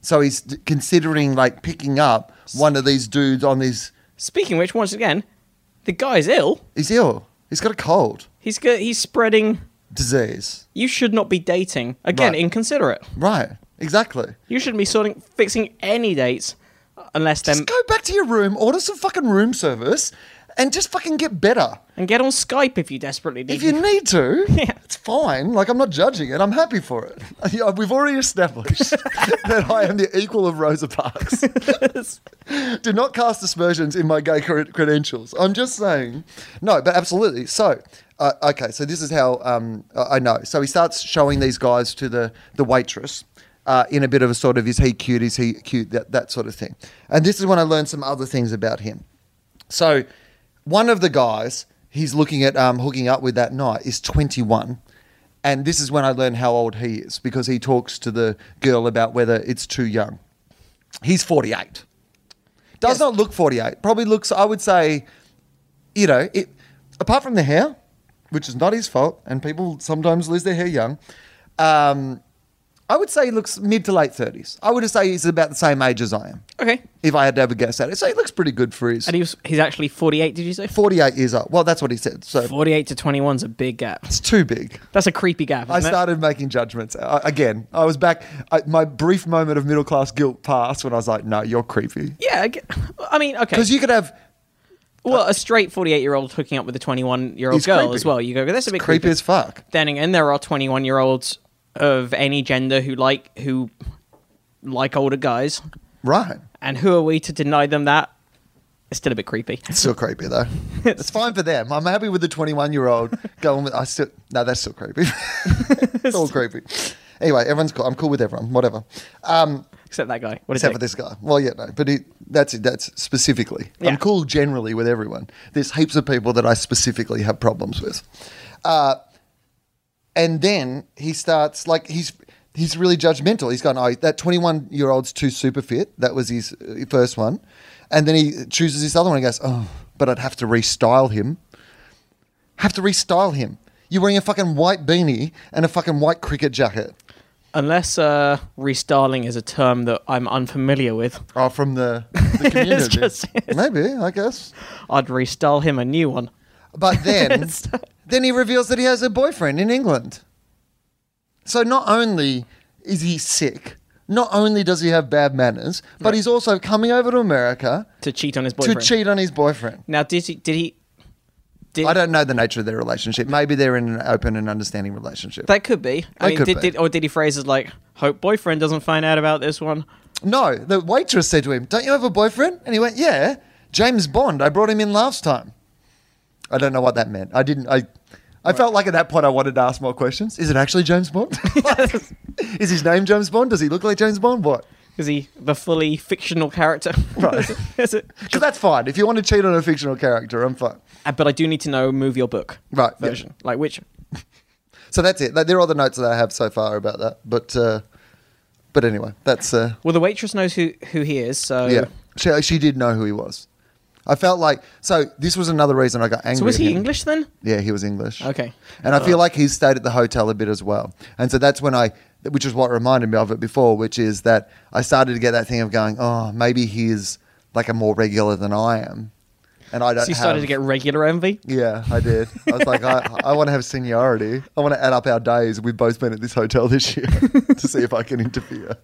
S2: So he's d- considering like picking up one of these dudes on this.
S3: Speaking of which, once again, the guy's ill.
S2: He's ill. oh, He's got a cold
S3: He's go- he's spreading.
S2: disease.
S3: You should not be dating. Again,
S2: Right.
S3: inconsiderate.
S2: Right. Exactly.
S3: You shouldn't be sorting fixing any dates unless them
S2: Just go back to your room, order some fucking room service, and just fucking get better.
S3: and get on Skype if you desperately need.
S2: If you
S3: to.
S2: need to,
S3: Yeah.
S2: it's fine. Like, I'm not judging it. I'm happy for it. Yeah, We've already established that I am the equal of Rosa Parks. Do not cast aspersions in my gay cre- credentials. I'm just saying. No, but absolutely. So, uh, okay, so this is how um, I I know. So he starts showing these guys to the, the waitress. Uh, in a bit of a sort of is he cute, is he cute, that, that sort of thing. And this is when I learned some other things about him. So one of the guys he's looking at um, hooking up with that night is 21. And this is when I learn how old he is because he talks to the girl about whether it's too young. He's 48. Does not look 48. Probably looks, I would say, you know, it, apart from the hair, which is not his fault, and people sometimes lose their hair young, um, I would say he looks mid to late 30s. I would say he's about the same age as I am,
S3: Okay.
S2: if I had to have a guess at it. So he looks pretty good for his
S3: And he was, he's actually 48, did you say?
S2: 48 years old. Well, that's what he said. So
S3: 48 to 21 is a big gap.
S2: it's too big.
S3: That's a creepy gap, isn't
S2: I
S3: it?
S2: started making judgments I, again. I was back. I, my brief moment of middle class guilt passed when I was like, "No, you're creepy."
S3: Yeah, I, ge- I mean, okay.
S2: Because you could have
S3: well, a straight 48 year old hooking up with a 21 year old
S2: It's
S3: girl
S2: creepy.
S3: as well. You go, that's a bit
S2: creepy as fuck.
S3: Then again, there are 21 year olds of any gender who like who like older guys.
S2: Right.
S3: And who are we to deny them that? It's still a bit creepy.
S2: It's still creepy though. it's fine for them. I'm happy with the 21 year old going with. I still no, that's still creepy. it's all creepy. Anyway, everyone's cool. I'm cool with everyone. Whatever. Um,
S3: Except that guy. What is
S2: except for
S3: it?
S2: this guy. Well, yeah, no, but he, that's it. That's specifically.
S3: Yeah.
S2: I'm cool generally with everyone. There's heaps of people that I specifically have problems with. Uh, and then he starts like he's he's really judgmental. He's gone, oh, that 21 year old's too super fit. That was his uh, first one, and then he chooses this other one and goes, oh, but I'd have to restyle him. Have to restyle him. You're wearing a fucking white beanie and a fucking white cricket jacket.
S3: Unless uh, restyling is a term that I'm unfamiliar with,
S2: Oh, from the, the community.
S3: just-
S2: Maybe, I guess.
S3: I'd restyle him a new one.
S2: But then,
S3: It's-
S2: then he reveals that he has a boyfriend in England. So not only is he sick, not only does he have bad manners, but he's also coming over to America
S3: to cheat on his boyfriend.
S2: to cheat on his boyfriend.
S3: Now, did he? Did he? Did,
S2: I don't know the nature of their relationship. Maybe they're in an open and understanding relationship.
S3: That could be.
S2: That
S3: I mean,
S2: could
S3: did,
S2: be.
S3: did or did he phrase it like, "Hope boyfriend doesn't find out about this one."
S2: no, the waitress said to him, "Don't you have a boyfriend?" And he went, "Yeah, James Bond. I brought him in last time." I don't know what that meant. I didn't. I, I felt like at that point I wanted to ask more questions. Is it actually James Bond? Is his name James Bond? Does he look like James Bond? What?
S3: Is he the fully fictional character?
S2: Right.
S3: Is it?
S2: Because that's fine. If you want to cheat on a fictional character, I'm fine.
S3: Uh, But I do need to know movie or book
S2: Right, yeah.
S3: version, like which.
S2: So that's it. Like, There are all the notes that I have so far about that. But uh, but anyway, that's uh,
S3: Well, the waitress knows who who he is, so
S2: yeah. She she did know who he was. I felt like so. This was another reason I got angry.
S3: So was
S2: at
S3: he
S2: him.
S3: English then?
S2: Yeah, he was English.
S3: Okay. Oh.
S2: And I feel like he stayed at the hotel a bit as well. And so that's when I, which is what reminded me of it before, which is that I started to get that thing of going, oh, maybe he's like a more regular than I am. And I don't
S3: So you started
S2: have-
S3: to get regular envy.
S2: Yeah, I did. I was like, I, I want to have seniority. I want to add up our days. We've both been at this hotel this year to see if I can interfere.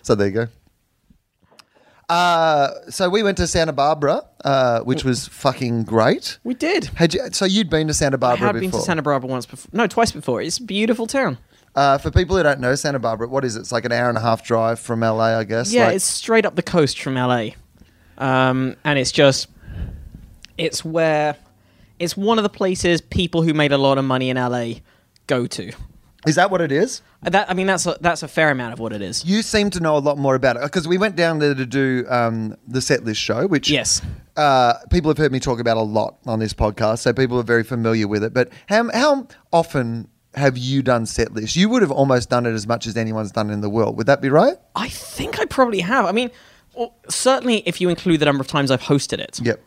S2: So there you go. Uh, so we went to Santa Barbara, uh,
S3: Mm.
S2: which was fucking great.
S3: We did.
S2: Had you, so you'd been to Santa
S3: I
S2: Barbara
S3: had
S2: before.
S3: been to Santa Barbara once before. No, twice before. It's a beautiful town.
S2: uh, for people who don't know Santa Barbara, what is it? It's like an hour and a half drive from LA, I guess.
S3: yeah,
S2: Like-
S3: it's straight up the coast from LA, um, and it's just it's where it's one of the places people who made a lot of money in LA go to.
S2: is that what it is?
S3: That I mean, that's a, that's a fair amount of what it is.
S2: You seem to know a lot more about it because we went down there to do um, the set list show, which
S3: Yes.
S2: uh, people have heard me talk about a lot on this podcast, so people are very familiar with it. But how how often have you done set lists? You would have almost done it as much as anyone's done in the world. Would that be right?
S3: I think I probably have. I mean, well, certainly if you include the number of times I've hosted it.
S2: Yep.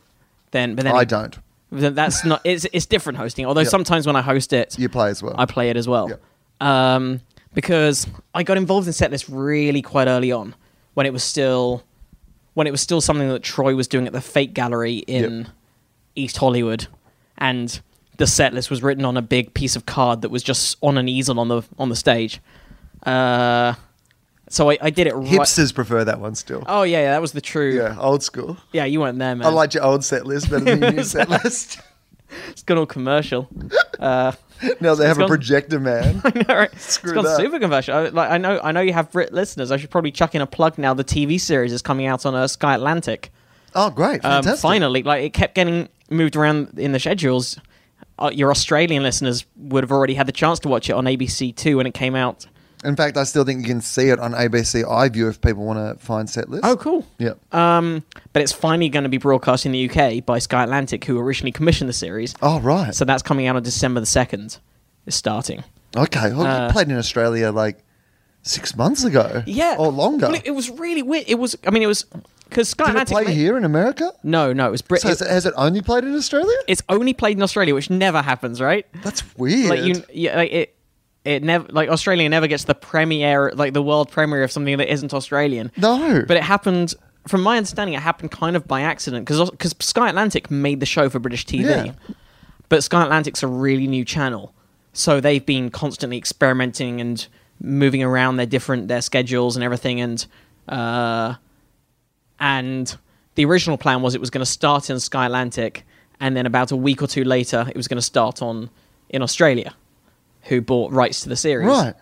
S3: Then, but then
S2: I don't.
S3: Then that's not. It's it's different hosting. Although sometimes when I host it,
S2: You play as well.
S3: I play it as well. Um, because I got involved in setlist really quite early on, when it was still, when it was still something that Troy was doing at the Fake Gallery in East Hollywood, and the setlist was written on a big piece of card that was just on an easel on the on the stage. Uh, so I, I did it right.
S2: Hipsters prefer that one still.
S3: Oh yeah, yeah, that was the true. Yeah,
S2: Yeah, old school.
S3: you weren't there, man.
S2: I liked your old set list better than your new set list.
S3: it's gone all commercial. Uh,
S2: now they have a
S3: gone-
S2: projector man.
S3: All right.
S2: Screw
S3: it's gone
S2: that.
S3: super controversial. I, like, I know, I know you have Brit listeners. I should probably chuck in a plug now. The TV series is coming out on uh, Sky Atlantic.
S2: Oh, great.
S3: Um,
S2: Fantastic.
S3: finally, like it kept getting moved around in the schedules. Uh, your Australian listeners would have already had the chance to watch it on ABC Two when it came out.
S2: In fact, I still think you can see it on ABC iView if people want to find set lists.
S3: Oh, cool.
S2: Yeah.
S3: Um, but it's finally going to be broadcast in the UK by Sky Atlantic, who originally commissioned the series.
S2: Oh, right.
S3: So that's coming out on December the second. It's starting.
S2: Okay, well,
S3: Uh,
S2: you played in Australia like six months ago.
S3: Yeah,
S2: or Oh, longer.
S3: Well, it, it was really weird. It was. I mean, it was because
S2: Did it
S3: Skylantic
S2: play
S3: ma-
S2: here in America?
S3: No, no, it was Brit.
S2: So has, it, has it only played in Australia?
S3: it's only played in Australia, which never happens, right?
S2: That's weird.
S3: Like you, yeah, like it. It never like Australia never gets the premiere, like the world premiere of something that isn't Australian.
S2: No.
S3: but it happened. From my understanding, it happened kind of by accident because because Sky Atlantic made the show for British TV,
S2: Yeah.
S3: but Sky Atlantic's a really new channel, so they've been constantly experimenting and moving around their different their schedules and everything. And uh, and the original plan was it was going to start in Sky Atlantic, and then about a week or two later, it was going to start on in Australia, who bought rights to the series.
S2: Right.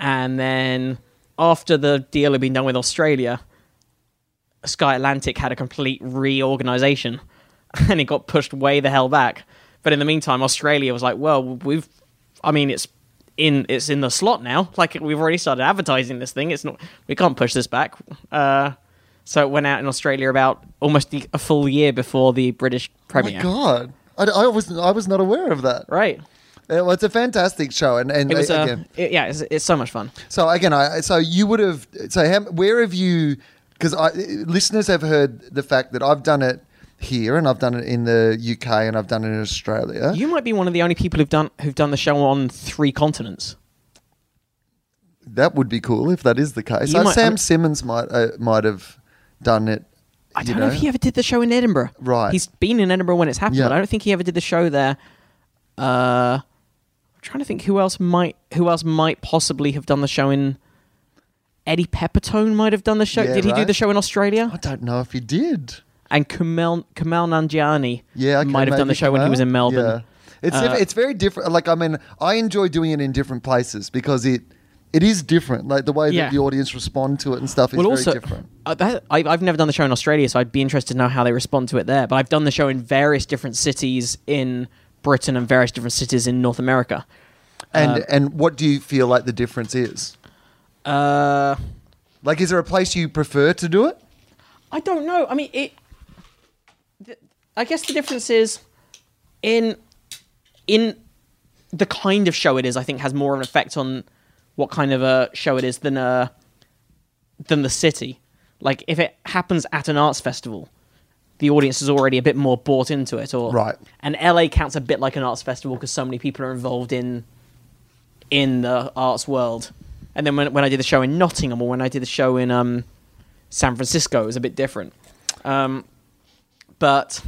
S3: And then after the deal had been done with Australia, Sky Atlantic had a complete reorganization, and it got pushed way the hell back. But in the meantime, Australia was like, "Well, we've, I mean, it's in it's in the slot now. Like we've already started advertising this thing. It's not we can't push this back." Uh, so it went out in Australia about almost the, a full year before the British
S2: Oh my
S3: premiere.
S2: God. I, I was I was not aware of that.
S3: Right?
S2: It was a fantastic show, and and
S3: It was uh,
S2: again,
S3: it- yeah, it's, it's so much fun.
S2: So again, I so you would have so how, where have you? Because I listeners have heard the fact that I've done it here and I've done it in the UK and I've done it in Australia.
S3: You might be one of the only people who've done who've done the show on three continents.
S2: that would be cool if that is the case.
S3: You
S2: Uh,
S3: might-
S2: Sam
S3: I mean-
S2: Simmons might uh, might have done it.
S3: I
S2: you
S3: don't know, if he ever did the show in Edinburgh.
S2: Right.
S3: He's been in Edinburgh when it's happened,
S2: Yeah.
S3: but I don't think he ever did the show there. Uh, I'm trying to think who else might who else might possibly have done the show in. Eddie Pepitone might have done the show.
S2: Yeah,
S3: did he do
S2: right.
S3: the show in Australia?
S2: I don't know if he did.
S3: And Kamal Kamal Nanjiani
S2: Yeah, okay,
S3: might have done
S2: maybe
S3: the show when he
S2: Kamau.
S3: was in Melbourne. Uh,
S2: Yeah. It's diff- it's very different. Like I mean, I enjoy doing it in different places because it it is different. Like the way
S3: Yeah.
S2: that the audience respond to it and stuff is
S3: well,
S2: very
S3: also,
S2: different.
S3: uh, that, I, I've never done the show in Australia, so I'd be interested to know how they respond to it there. But I've done the show in various different cities in Britain and various different cities in North America.
S2: And
S3: Um,
S2: and what do you feel like the difference is?
S3: Uh,
S2: Like, is there a place you prefer to do it?
S3: I don't know. I mean, it. th- I guess the difference is in in the kind of show it is. I think has more of an effect on what kind of a show it is than a than the city. Like if it happens at an arts festival, the audience is already a bit more bought into it. Or
S2: Right.
S3: And LA counts a bit like an arts festival because so many people are involved in in the arts world. And then when when I did the show in Nottingham or when I did the show in um, San Francisco, it was a bit different. Um, but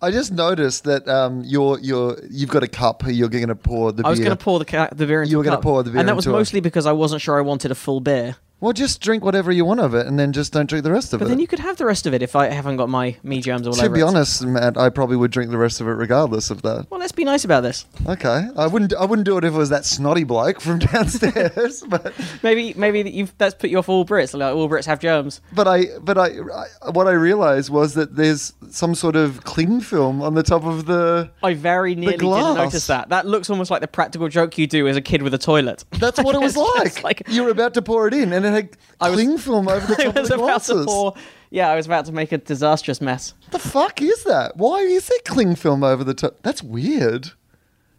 S2: I just noticed that um, you're you're you've got a cup. You're going to pour the
S3: I was
S2: beer.
S3: going to pour the ca- the beer into
S2: You were
S3: going
S2: gonna
S3: to
S2: pour the beer
S3: and that was
S2: into it.
S3: mostly because I wasn't sure I wanted a full beer.
S2: Well, just drink whatever you want of it, and then just don't drink the rest of
S3: But
S2: it.
S3: then you could have the rest of it if I haven't got my me germs all
S2: to
S3: over.
S2: be
S3: it.
S2: honest, Matt, I probably would drink the rest of it regardless of that.
S3: well, let's be nice about this.
S2: Okay, I wouldn't. I wouldn't do it if it was that snotty bloke from downstairs. but
S3: Maybe maybe that you've that's put you off all Brits. Like all Brits have germs.
S2: but I but I, I what I realised was that there's some sort of cling film on the top of the.
S3: I very nearly didn't
S2: glass.
S3: notice that. That looks almost like the practical joke you do as a kid with a toilet.
S2: That's what it was
S3: It's
S2: like.
S3: just like-
S2: You were about to pour it in, and it had
S3: was-
S2: cling film over the
S3: I
S2: top of
S3: was
S2: the
S3: about to
S2: glasses.
S3: pour. Yeah, I was about to make a disastrous mess.
S2: What the fuck is that? Why is there cling film over the top? That's weird.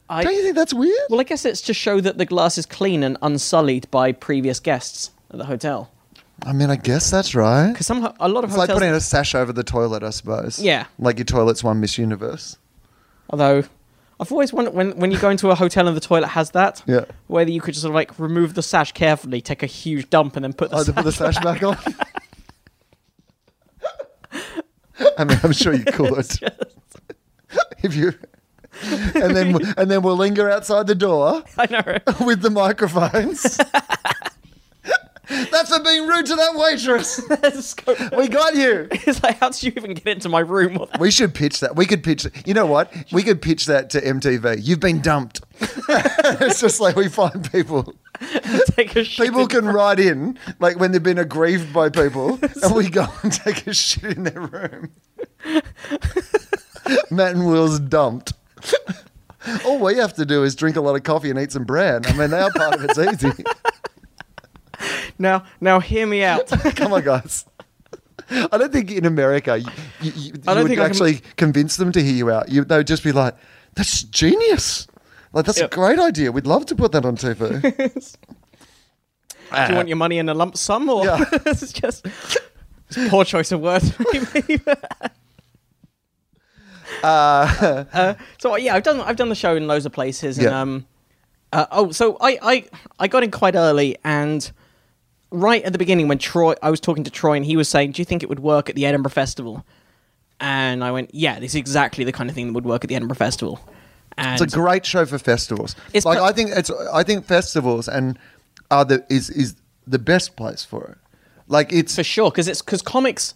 S3: I,
S2: Don't you think that's weird?
S3: Well, I guess it's to show that the glass is clean and unsullied by previous guests at the hotel.
S2: I mean, I guess that's right.
S3: Because somehow a lot of
S2: It's like
S3: hotels,
S2: putting a sash over the toilet, I suppose.
S3: Yeah.
S2: Like your toilet's one Miss Universe.
S3: although I've always wondered when when you go into a hotel and the toilet has that,
S2: Yeah.
S3: whether you could just sort of like remove the sash carefully, take a huge dump, and then put the
S2: Oh, to
S3: sash.
S2: put the sash back on. I mean, I'm sure you could. if you. And then, and then we'll linger outside the door
S3: I know.
S2: with the microphones. That's for being rude to that waitress.
S3: There's scope.
S2: We got you.
S3: it's like, how did you even get into my room? What the-
S2: We should pitch that. We could pitch. You know what? We could pitch that to MTV. You've been dumped. it's just like we find people.
S3: take a shit.
S2: People can write in, like when they've been aggrieved by people, and we go and take a shit in their room. Matt and Will's dumped. All we have to do is drink a lot of coffee and eat some bread. I mean, our part of it's easy.
S3: Now, now, hear me out.
S2: Come on, guys. I don't think in America you, you, you,
S3: I
S2: you
S3: don't
S2: would
S3: think I can-
S2: actually convince them to hear you out. You, they would just be like, "That's genius! Like that's
S3: Yep.
S2: a great idea. We'd love to put that on Uh, TV."
S3: Do you want your money in a lump sum or
S2: Uh, Yeah.
S3: this is just It's a poor choice of words. maybe. Uh, so yeah, I've done I've done the show in loads of places, and
S2: Yeah.
S3: um, uh, oh, so I, I I got in quite early, and right at the beginning when Troy, I was talking to Troy, and he was saying, "Do you think it would work at the Edinburgh Festival?" And I went, "Yeah, this is exactly the kind of thing that would work at the Edinburgh Festival." And
S2: It's a great show for festivals.
S3: It's
S2: like
S3: pr-
S2: I think it's I think festivals and are the is is the best place for it. Like it's
S3: for sure because it's because comics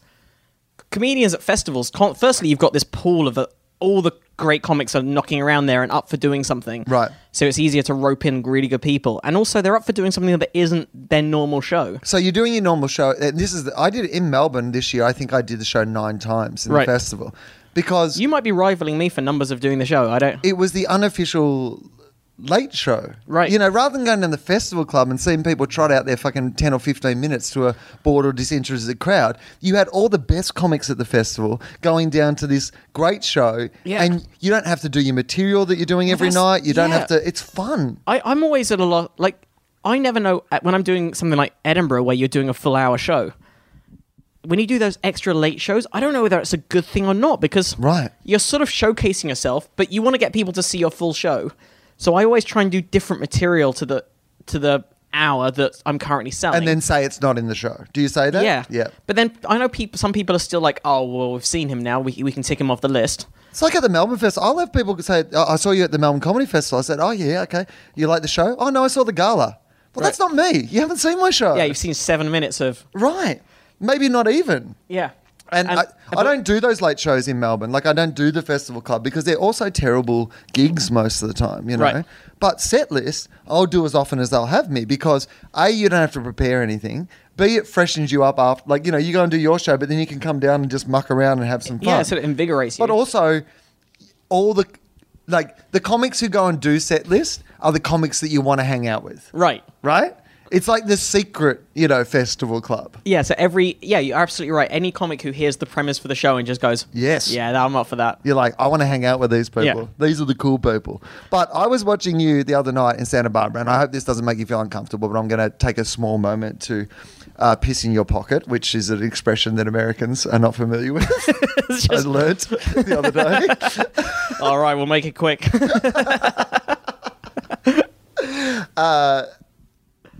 S3: comedians at festivals con- firstly you've got this pool of uh, all the great comics are knocking around there and up for doing something
S2: Right.
S3: so it's easier to rope in really good people and also they're up for doing something that isn't their normal show
S2: So you're doing your normal show, and this is I did it in Melbourne this year. I think I did the show nine times in
S3: Right.
S2: the festival because
S3: you might be rivaling me for numbers of doing the show i don't
S2: it was the unofficial late show,
S3: Right.
S2: You know, rather than going to the festival club and seeing people trot out their fucking ten or fifteen minutes to a bored or disinterested crowd, you had all the best comics at the festival going down to this great show,
S3: Yeah.
S2: and you don't have to do your material that you're doing every
S3: that's-
S2: night. You don't
S3: yeah.
S2: have to. It's fun.
S3: I, i'm always at a lot like i never know uh, when i'm doing something like edinburgh where you're doing a full hour show when you do those extra late shows i don't know whether it's a good thing or not because
S2: Right.
S3: you're sort of showcasing yourself, but you want to get people to see your full show. So I always try and do different material to the to the hour that I'm currently selling.
S2: And then say it's not in the show. Do you say that?
S3: yeah,
S2: yeah.
S3: But then I know people. Some people are still like, oh well, we've seen him now. We we can tick him off the list.
S2: It's like at the Melbourne Fest. I'll have people say, oh, I saw you at the Melbourne Comedy Festival. I said, Oh, yeah, okay. You like the show? Oh, no, I saw the gala. Well, that's not me. You haven't seen my show.
S3: Yeah, you've seen seven minutes of
S2: Right. Maybe not even.
S3: yeah.
S2: And, I, I don't do those late shows in Melbourne. Like, I don't do the festival club because they're also terrible gigs most of the time, you know?
S3: Right.
S2: But set list, I'll do as often as they'll have me because A, you don't have to prepare anything. B, it freshens you up after, like, you know, you go and do your show, but then you can come down and just muck around and have some fun.
S3: Yeah, so it invigorates you.
S2: But also, all the like the comics who go and do set list are the comics that you want to hang out with,
S3: right.
S2: right? It's like the secret, you know, festival club.
S3: Yeah, so every yeah, you're absolutely right. Any comic who hears the premise for the show and just goes,
S2: Yes.
S3: yeah, I'm up for that.
S2: You're like, I want to hang out with these people.
S3: Yeah.
S2: These are the cool people. But I was watching you the other night in Santa Barbara, and I hope this doesn't make you feel uncomfortable, but I'm going to take a small moment to uh, piss in your pocket, which is an expression that Americans are not familiar with.
S3: It's
S2: I
S3: just,
S2: learnt the other day.
S3: All right, we'll make it quick.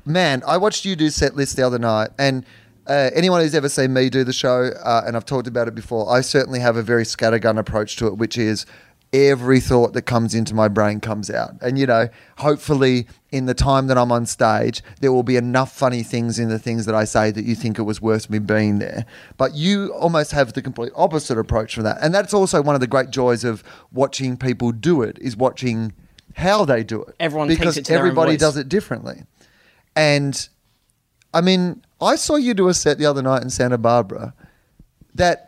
S2: man, I watched you do set list the other night, and uh, anyone who's ever seen me do the show, uh, and I've talked about it before, I certainly have a very scattergun approach to it, which is every thought that comes into my brain comes out, and you know, hopefully. In the time that I'm on stage, there will be enough funny things in the things that I say that you think it was worth me being there. But you almost have the complete opposite approach from that. And that's also one of the great joys of watching people do it, is watching how they do it.
S3: Everyone takes
S2: because
S3: it to their own
S2: everybody
S3: voice.
S2: does it differently. And I mean, I saw you do a set the other night in Santa Barbara that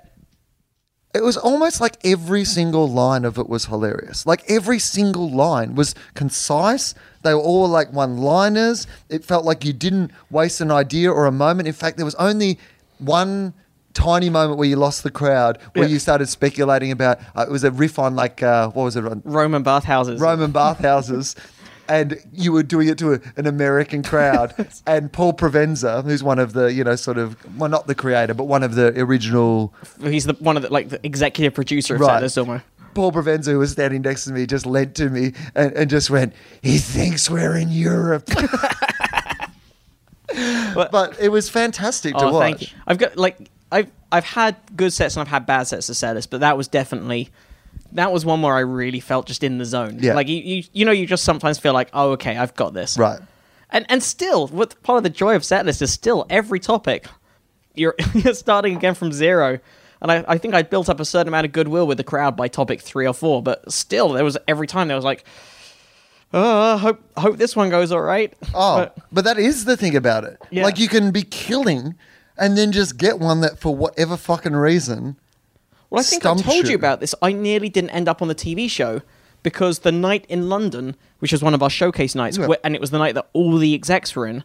S2: it was almost like every single line of it was hilarious. Like every single line was concise. They were all like one liners. It felt like you didn't waste an idea or a moment. In fact, there was only one tiny moment where you lost the crowd, where
S3: Yeah.
S2: you started speculating about uh, it was a riff on like, uh, what was it? On,
S3: Roman bathhouses.
S2: Roman bathhouses. And you were doing it to a, an American crowd, and Paul Provenza, who's one of the you know sort of well not the creator but one of the original
S3: He's the one of the like the executive producer of
S2: Right.
S3: right. Settlers Dogma.
S2: Paul Provenza, who was standing next to me, just led to me and, and just went, He thinks we're in Europe.
S3: But-
S2: but it was fantastic to
S3: Oh,
S2: watch.
S3: thank you. I've got like I've I've had good sets and I've had bad sets to Settlers, but that was definitely that was one where I really felt just in the zone.
S2: Yeah.
S3: Like you, you you know you just sometimes feel like oh okay I've got this
S2: Right.
S3: and and still what part of the joy of set list is still every topic you're you're starting again from zero. And I, I think I built up a certain amount of goodwill with the crowd by topic three or four, but still, there was every time there was like, "Uh, hope hope this one goes all right."
S2: Oh,
S3: But-
S2: but, that is the thing about it.
S3: Yeah.
S2: Like you can be killing and then just get one that for whatever fucking reason.
S3: Well, I think I
S2: Stump
S3: told
S2: shoot.
S3: you about this. I nearly didn't end up on the TV show because the night in London, which was one of our showcase nights,
S2: Yeah.
S3: wh- and it was the night that all the execs were in,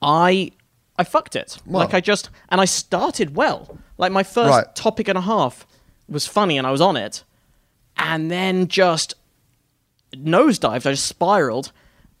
S3: I I fucked it.
S2: Wow.
S3: Like I just and I started well. Like my first
S2: Right.
S3: topic and a half was funny and I was on it, and then just nosedived. I just spiraled,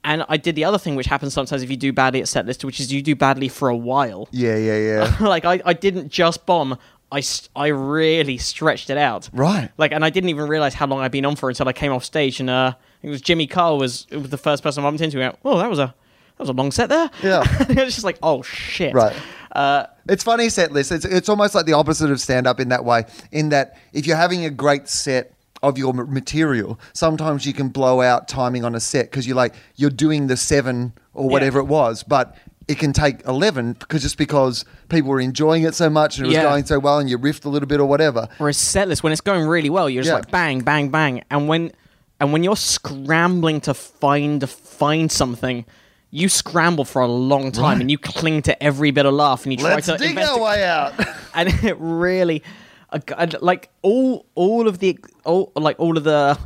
S3: And I did the other thing, which happens sometimes if you do badly at setlist, which is you do badly for a while.
S2: Yeah, yeah, yeah.
S3: like I, I didn't just bomb. I, st- I really stretched it out.
S2: Right.
S3: Like, and I didn't even realize how long I'd been on for until I came off stage and uh, it was Jimmy Carl was, was the first person I bumped into. And went, Whoa, that was a that was a long set there.
S2: Yeah.
S3: it was just like, oh shit.
S2: Right.
S3: Uh,
S2: It's funny set lists. It's, it's almost like the opposite of stand up in that way. In that, if you're having a great set of your m- material, sometimes you can blow out timing on a set because you're like you're doing the seven or whatever it was, but it can take eleven because just because people were enjoying it so much and it was
S3: Yeah.
S2: going so well, and you riffed a little bit or whatever.
S3: whereas setlist, when it's going really well, you're just
S2: Yeah.
S3: like bang, bang, bang, and when and when you're scrambling to find find something. You scramble for a long time and you cling to every bit of laugh and you try
S2: Let's
S3: to
S2: dig
S3: investi-
S2: our way out.
S3: and it really I- I- like all all of the all like all of the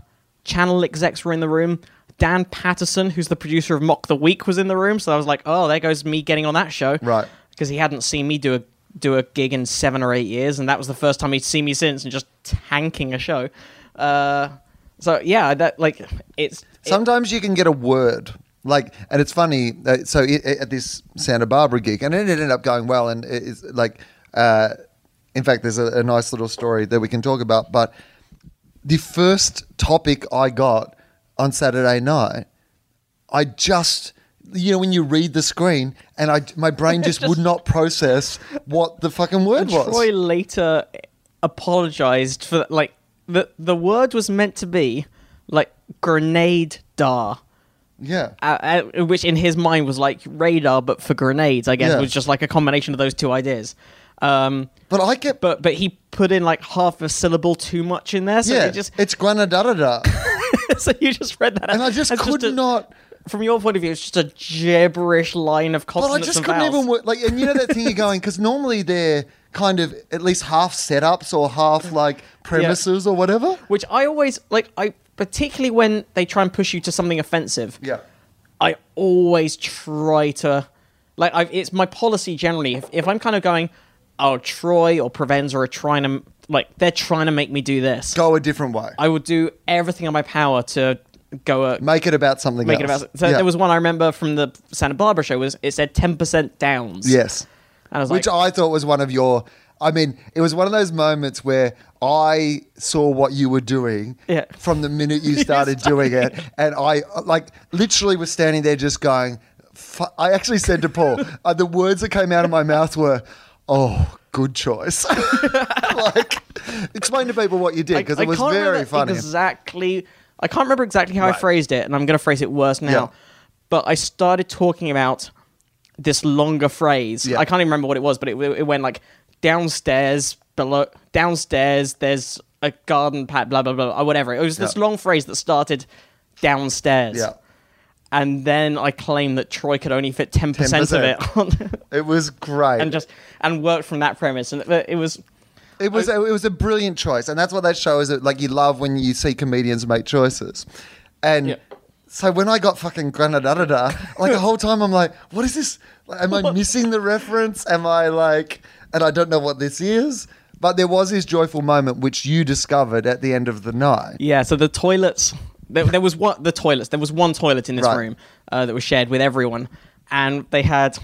S3: channel execs were in the room dan patterson who's the producer of mock the week was in the room so i was like oh there goes me getting on that show
S2: Right.
S3: because he hadn't seen me do a do a gig in seven or eight years and that was the first time he'd seen me since and just tanking a show uh so yeah that like it's it-
S2: Sometimes you can get a word. Like, and it's funny. Uh, so it, it- at this Santa Barbara gig, and it ended up going well. And it- it's like, uh, in fact, there's a, a nice little story that we can talk about. But the first topic I got on Saturday night, I just. You know when you read the screen, and I my brain just, would not process what the fucking word was.
S3: Troy later apologized for like the the word was meant to be like grenade dar,
S2: yeah,
S3: uh, uh, which in his mind was like radar, but for grenades. I guess
S2: Yeah.
S3: it was just like a combination of those two ideas. Um,
S2: but I kept.
S3: but but he put in like half a syllable too much in there, so
S2: yeah,
S3: you just
S2: it's granadada,
S3: so you just read that,
S2: and I
S3: as-
S2: just
S3: as
S2: could
S3: a-
S2: not.
S3: From your point of view, it's just a gibberish line of
S2: But I
S3: consonants
S2: just
S3: and
S2: couldn't
S3: vowels.
S2: even work. Like, and you know that thing you're going because normally they're kind of at least half setups or half like premises or whatever.
S3: which I always like. I particularly when they try and push you to something offensive.
S2: Yeah.
S3: I always try to like. I've, it's my policy generally. If, if I'm kind of going, oh, Troy or Provenza are trying to like they're trying to make me do this.
S2: Go a different way.
S3: I will do everything in my power to go a,
S2: make it about something.
S3: make it
S2: else.
S3: about. So
S2: Yeah.
S3: there was one I remember from the Santa Barbara show was it said ten percent downs.
S2: yes,
S3: and I was
S2: which
S3: like,
S2: I thought was one of your. I mean, it was one of those moments where I saw what you were doing
S3: Yeah.
S2: from the minute you started doing it, and I like literally was standing there just going. "Fu-" I actually said to Paul, uh, the words that came out of my mouth were, "Oh, good choice." like, explain to people what you did because
S3: I
S2: it was
S3: can't
S2: very
S3: remember
S2: funny.
S3: Exactly. I can't remember exactly how I phrased it, and I'm going to phrase it worse now.
S2: Yeah.
S3: But I started talking about this longer phrase.
S2: Yeah.
S3: I can't even remember what it was, but it, it went like downstairs, below, downstairs. There's a garden pat, blah blah blah, or whatever. It was this
S2: Yeah.
S3: long phrase that started downstairs.
S2: Yeah.
S3: And then I claimed that Troy could only fit ten percent of
S2: 10%.
S3: it, on,
S2: It was great.
S3: and just and worked from that premise, and uh, it, it was
S2: It was it was a brilliant choice, and that's what that show is. Like you love when you see comedians make choices, and
S3: Yeah.
S2: so when I got fucking granadada, like the whole time I'm like, what is this? Like, am I missing the reference? Am I like, and I don't know what this is. But there was this joyful moment which you discovered at the end of the night.
S3: Yeah, so the toilets. There, there was one. The toilets. There was one toilet in this
S2: Right.
S3: room uh, that was shared with everyone, and they had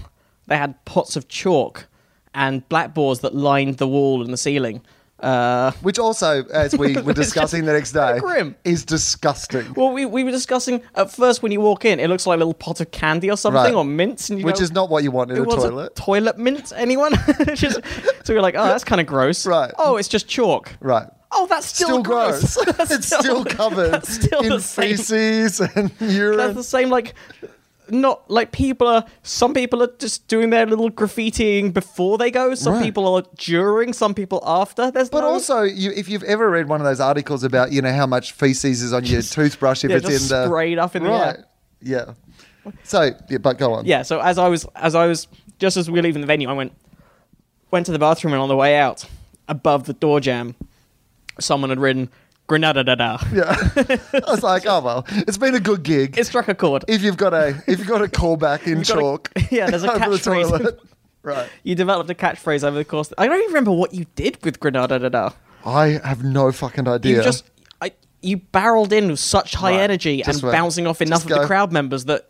S3: they had pots of chalk and blackboards that lined the wall and the ceiling. Uh,
S2: Which also, as we were discussing the next day,
S3: grim.
S2: is disgusting.
S3: well, we, we were discussing at first when you walk in, it looks like a little pot of candy or something
S2: Right.
S3: or mints, and you
S2: Which
S3: go,
S2: is not what you want in
S3: "Who
S2: a
S3: wants
S2: toilet.
S3: toilet mint, anyone? It's just, so you're like, oh, that's kind of gross.
S2: Right.
S3: Oh, it's just chalk.
S2: right.
S3: Oh, that's still,
S2: Still
S3: gross.
S2: gross.
S3: That's
S2: it's still, covered
S3: that's still
S2: in
S3: the same
S2: feces and urine.
S3: That's the same. Like, not like people are. Some people are just doing their little graffitiing before they go. Some
S2: Right.
S3: people are during. Some people after. There's
S2: But
S3: no-
S2: also, you, if you've ever read one of those articles about you know how much feces is on your toothbrush, if
S3: yeah,
S2: it's
S3: just
S2: in the
S3: sprayed up in the
S2: right,
S3: air.
S2: yeah. So, yeah, but go on.
S3: yeah. So as I was, as I was, just as we were leaving the venue, I went went to the bathroom, and on the way out, above the door jam, someone had written Granada da da.
S2: yeah. I was like, oh well, it's been a good gig.
S3: It struck a chord.
S2: if you've got a if you've got a callback in
S3: got a-
S2: chalk,
S3: yeah, there's a
S2: over the
S3: catchphrase.
S2: toilet. right.
S3: you developed a catchphrase over the course. I don't even remember what you did with Granada da da.
S2: I have no fucking idea.
S3: You just I you barreled in with such high
S2: Right.
S3: energy
S2: Just
S3: and
S2: went-
S3: bouncing off enough
S2: just
S3: of
S2: go.
S3: the crowd members that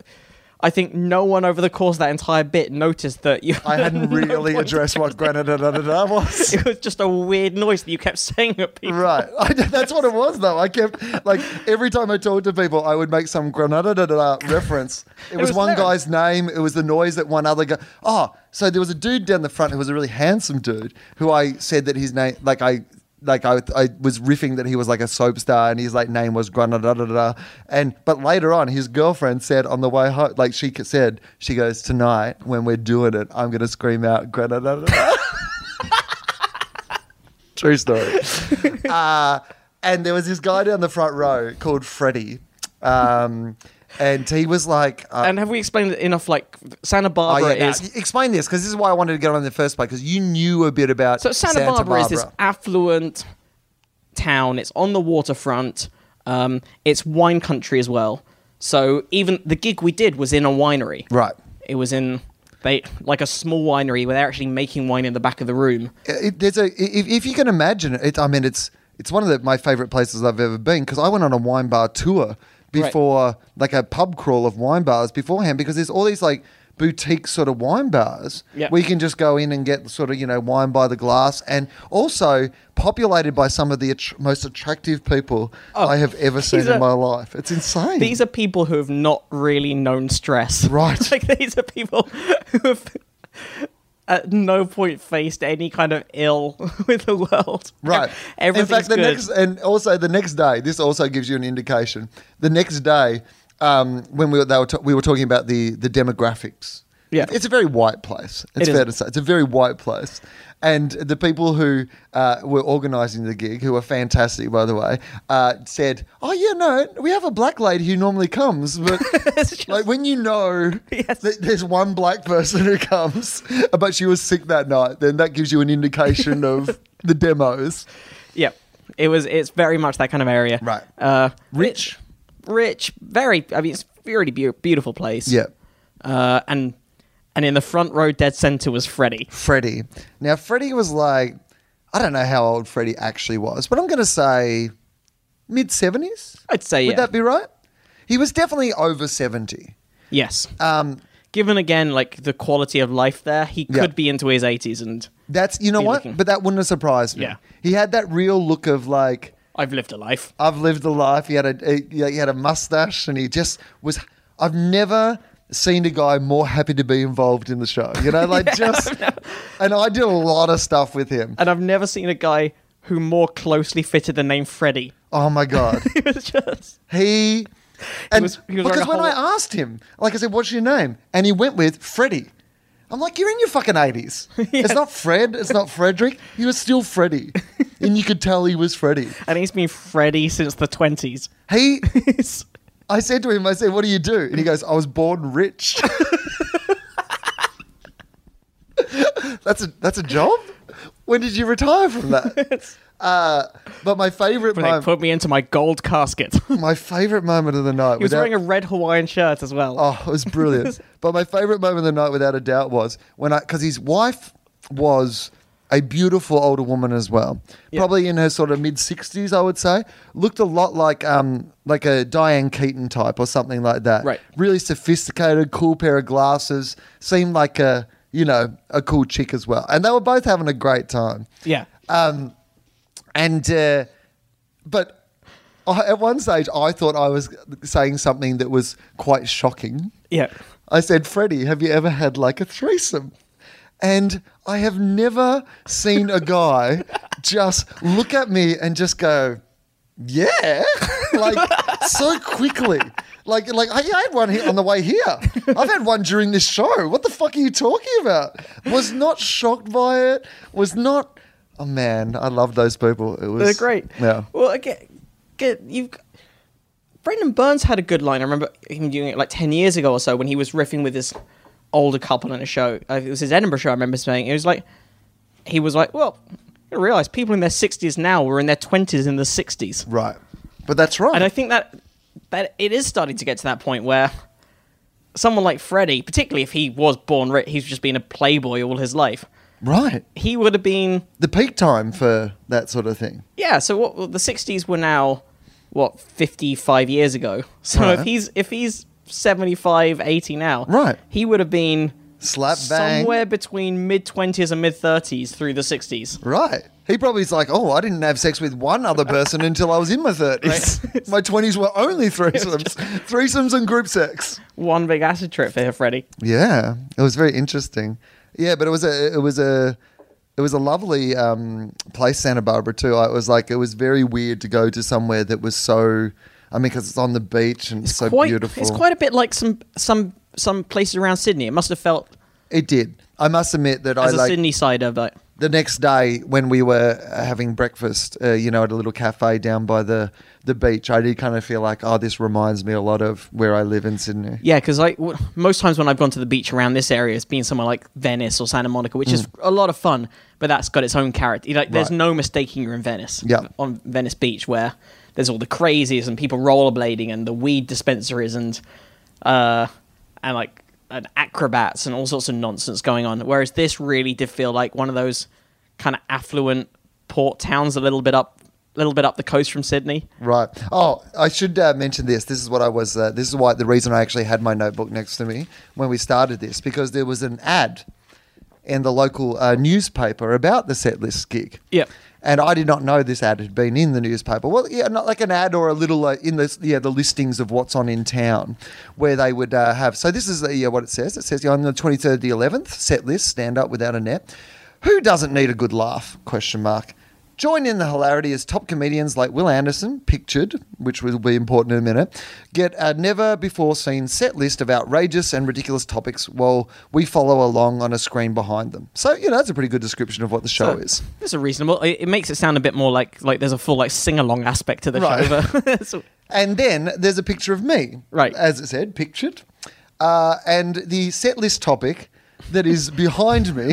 S3: I think no one over the course of that entire bit noticed that you.
S2: I hadn't really addressed what granada da da da was.
S3: it was just a weird noise that you kept saying at people.
S2: Right, I, did- that's what it was though. I kept like every time I talked to people, I would make some Granada da da da reference. It, was,
S3: was
S2: one
S3: hilarious.
S2: guy's name. It was the noise that one other guy. Oh, so there was a dude down the front who was a really handsome dude who I said that his name, like I, like I, I was riffing that he was like a soap star and his like name was Granada da da. da. And but later on, his girlfriend said on the way home, like she said, she goes tonight when we're doing it, I'm gonna scream out Granada da da. da." True story. uh, and there was this guy down the front row called Freddie. Um, and he was like, uh,
S3: And have we explained it enough? Like Santa
S2: oh,
S3: Barbara
S2: yeah, now,
S3: is.
S2: explain this because this is why I wanted to get on in the first place because you knew a bit about
S3: So Santa, Barbara, is this affluent town. It's on the waterfront. Um, it's wine country as well. So even the gig we did was in a winery.
S2: Right.
S3: It was in they like a small winery where they're actually making wine in the back of the room.
S2: It, there's a if, if you can imagine it. I mean, it's it's one of the, my favorite places I've ever been because I went on a wine bar tour before, like a pub crawl of wine bars beforehand because there's all these like boutique sort of wine bars
S3: Yep.
S2: where you can just go in and get sort of you know wine by the glass and also populated by some of the attr most attractive people I have ever seen in
S3: are-
S2: my life. It's insane.
S3: These are people who have not really known stress.
S2: Right.
S3: like these are people who have at no point faced any kind of ill with the world.
S2: Right.
S3: Everything's
S2: in fact, the
S3: good.
S2: next and also the next day, this also gives you an indication. The next day, um, when we were they were ta- we were talking about the the demographics.
S3: Yeah.
S2: it's a very white place. It's
S3: It
S2: fair
S3: is.
S2: to say it's a very white place. And the people who uh, were organising the gig, who were fantastic, by the way, uh, said, "Oh yeah, no, we have a black lady who normally comes, but like when you know
S3: Yes.
S2: that there's one black person who comes, but she was sick that night, then that gives you an indication of the demos.
S3: Yep. It was. It's very much that kind of area.
S2: Right.
S3: Uh,
S2: Rich.
S3: it- rich. Very. I mean, it's a really beau- beautiful place.
S2: Yeah.
S3: Uh, and and in the front row, dead center was Freddy.
S2: Freddie. Now, Freddie was like, I don't know how old Freddie actually was, but I'm going to say mid 70s.
S3: I'd say.
S2: Would
S3: yeah.
S2: that be right? He was definitely over 70.
S3: uh, Yes.
S2: Um,
S3: Given again, like the quality of life there, he
S2: Yeah.
S3: could be into his eighties, and
S2: that's, you know
S3: Be
S2: what?
S3: looking-
S2: But that wouldn't have surprised me.
S3: Yeah.
S2: He had that real look of like,
S3: I've lived a life.
S2: I've lived a life. He had a he, he had a mustache, and he just was. I've never seen a guy more happy to be involved in the show. You know, like just. And I did a lot of stuff with him.
S3: and I've never seen a guy who more closely fitted the name Freddy.
S2: Oh my god,
S3: It was just
S2: he. And
S3: was- he
S2: because
S3: was wearing a
S2: when
S3: whole-
S2: I asked him, like I said, "What's your name?" and he went with Freddie. I'm like, "You're in your fucking eighties. It's not Fred. It's not Frederick. He was still Freddie, and you could tell he was Freddie.
S3: and he's been Freddy since the twenties.
S2: He I said to him, I said, what do you do? And he goes, I was born rich. that's a that's a job? When did you retire from that? uh, but my favorite
S3: When they
S2: moment,
S3: put me into my gold casket. he
S2: my favorite moment of the night
S3: was
S2: without-
S3: wearing a red Hawaiian shirt as well.
S2: Oh, it was brilliant. but my favorite moment of the night, without a doubt, was when I, because his wife was a beautiful older woman as well, probably in her sort of mid 60s, I would say. Looked a lot like um like a Diane Keaton type or something like that.
S3: Right.
S2: Really sophisticated, cool pair of glasses. Seemed like a, you know, a cool chick as well. And they were both having a great time.
S3: Yeah.
S2: And uh, but I, at one stage, I thought I was saying something that was quite shocking.
S3: yeah.
S2: I said, Freddie, have you ever had like a threesome? And I have never seen a guy just look at me and just go, yeah, like so quickly. Like, like I I had one here on the way here. I've had one during this show. What the fuck are you talking about? Was not shocked by it. Was not. Oh man, I love those people. It was
S3: They're great.
S2: Yeah.
S3: Well, again, get, you've. Brendan Burns had a good line. I remember him doing it like 10 years ago or so when he was riffing with this older couple on a show. Uh, It was his Edinburgh show, I remember saying. It was like, he was like, well, I realize people in their 60s now were in their 20s in the 60s.
S2: Right. But that's right.
S3: And I think that that it is starting to get to that point where someone like Freddie, particularly if he was born rich, he's just been a playboy all his life,
S2: right.
S3: he would have been
S2: The peak time for that sort of thing.
S3: Yeah, so what well, the 60s were now what 55 years ago. So if
S2: Right.
S3: he's if he's 75, 80 now,
S2: Right.
S3: he would have been
S2: Slap bang.
S3: somewhere between mid 20s and mid 30s through the 60s.
S2: Right. He probably's like, oh, I didn't have sex with one other person until I was in my 30s. My 20s were only threesomes. threesomes and group sex.
S3: One big acid trip for here, Freddie.
S2: Yeah, it was very interesting. Yeah, but it was a it was a it was a lovely um, place, Santa Barbara too. I- It was like it was very weird to go to somewhere that was so. I mean, because it's on the beach and it's, so
S3: quite,
S2: beautiful.
S3: It's quite a bit like some some some places around Sydney. It must have felt
S2: It did. I must admit that I
S3: as a
S2: like
S3: Sydney sider, but
S2: the next day when we were uh, having breakfast, uh, you know, at a little cafe down by the the beach. I did kind of feel like, oh, this reminds me a lot of where I live in Sydney.
S3: yeah, because I w- most times when I've gone to the beach around this area, it's been somewhere like Venice or Santa Monica, which is a lot of fun, but that's got its own character. You know, Like, there's
S2: Hmm. Right.
S3: no mistaking you're in Venice.
S2: Yeah.
S3: on Venice Beach where there's all the crazies and people rollerblading and the weed dispensaries and uh and like and acrobats and all sorts of nonsense going on. Whereas this really did feel like one of those kind of affluent port towns, a little bit up, little bit up the coast from Sydney.
S2: Right. Oh, I should uh, mention this. This is what I was. Uh, this is why the reason I actually had my notebook next to me when we started this because there was an ad in the local uh, newspaper about the setlist gig.
S3: Yep.
S2: And I did not know this ad had been in the newspaper. Well, yeah, not like an ad or a little uh, in the yeah the listings of what's on in town, where they would uh, have. So this is uh, yeah, what it says. It says yeah, on the twenty third, the eleventh, set list, stand up without a net. Who doesn't need a good laugh? Question mark. Join in the hilarity as top comedians like Will Anderson, pictured, which will be important in a minute, get a never before seen set list of outrageous and ridiculous topics while we follow along on a screen behind them. So, you know, that's a pretty good description of what the show is.
S3: It's a reasonable. It, it makes it sound a bit more like like there's a full like sing along aspect to the
S2: Right.
S3: show. but- so-
S2: And then there's a picture of me.
S3: Right.
S2: As it said, pictured. Uh, and the set list topic that is behind me.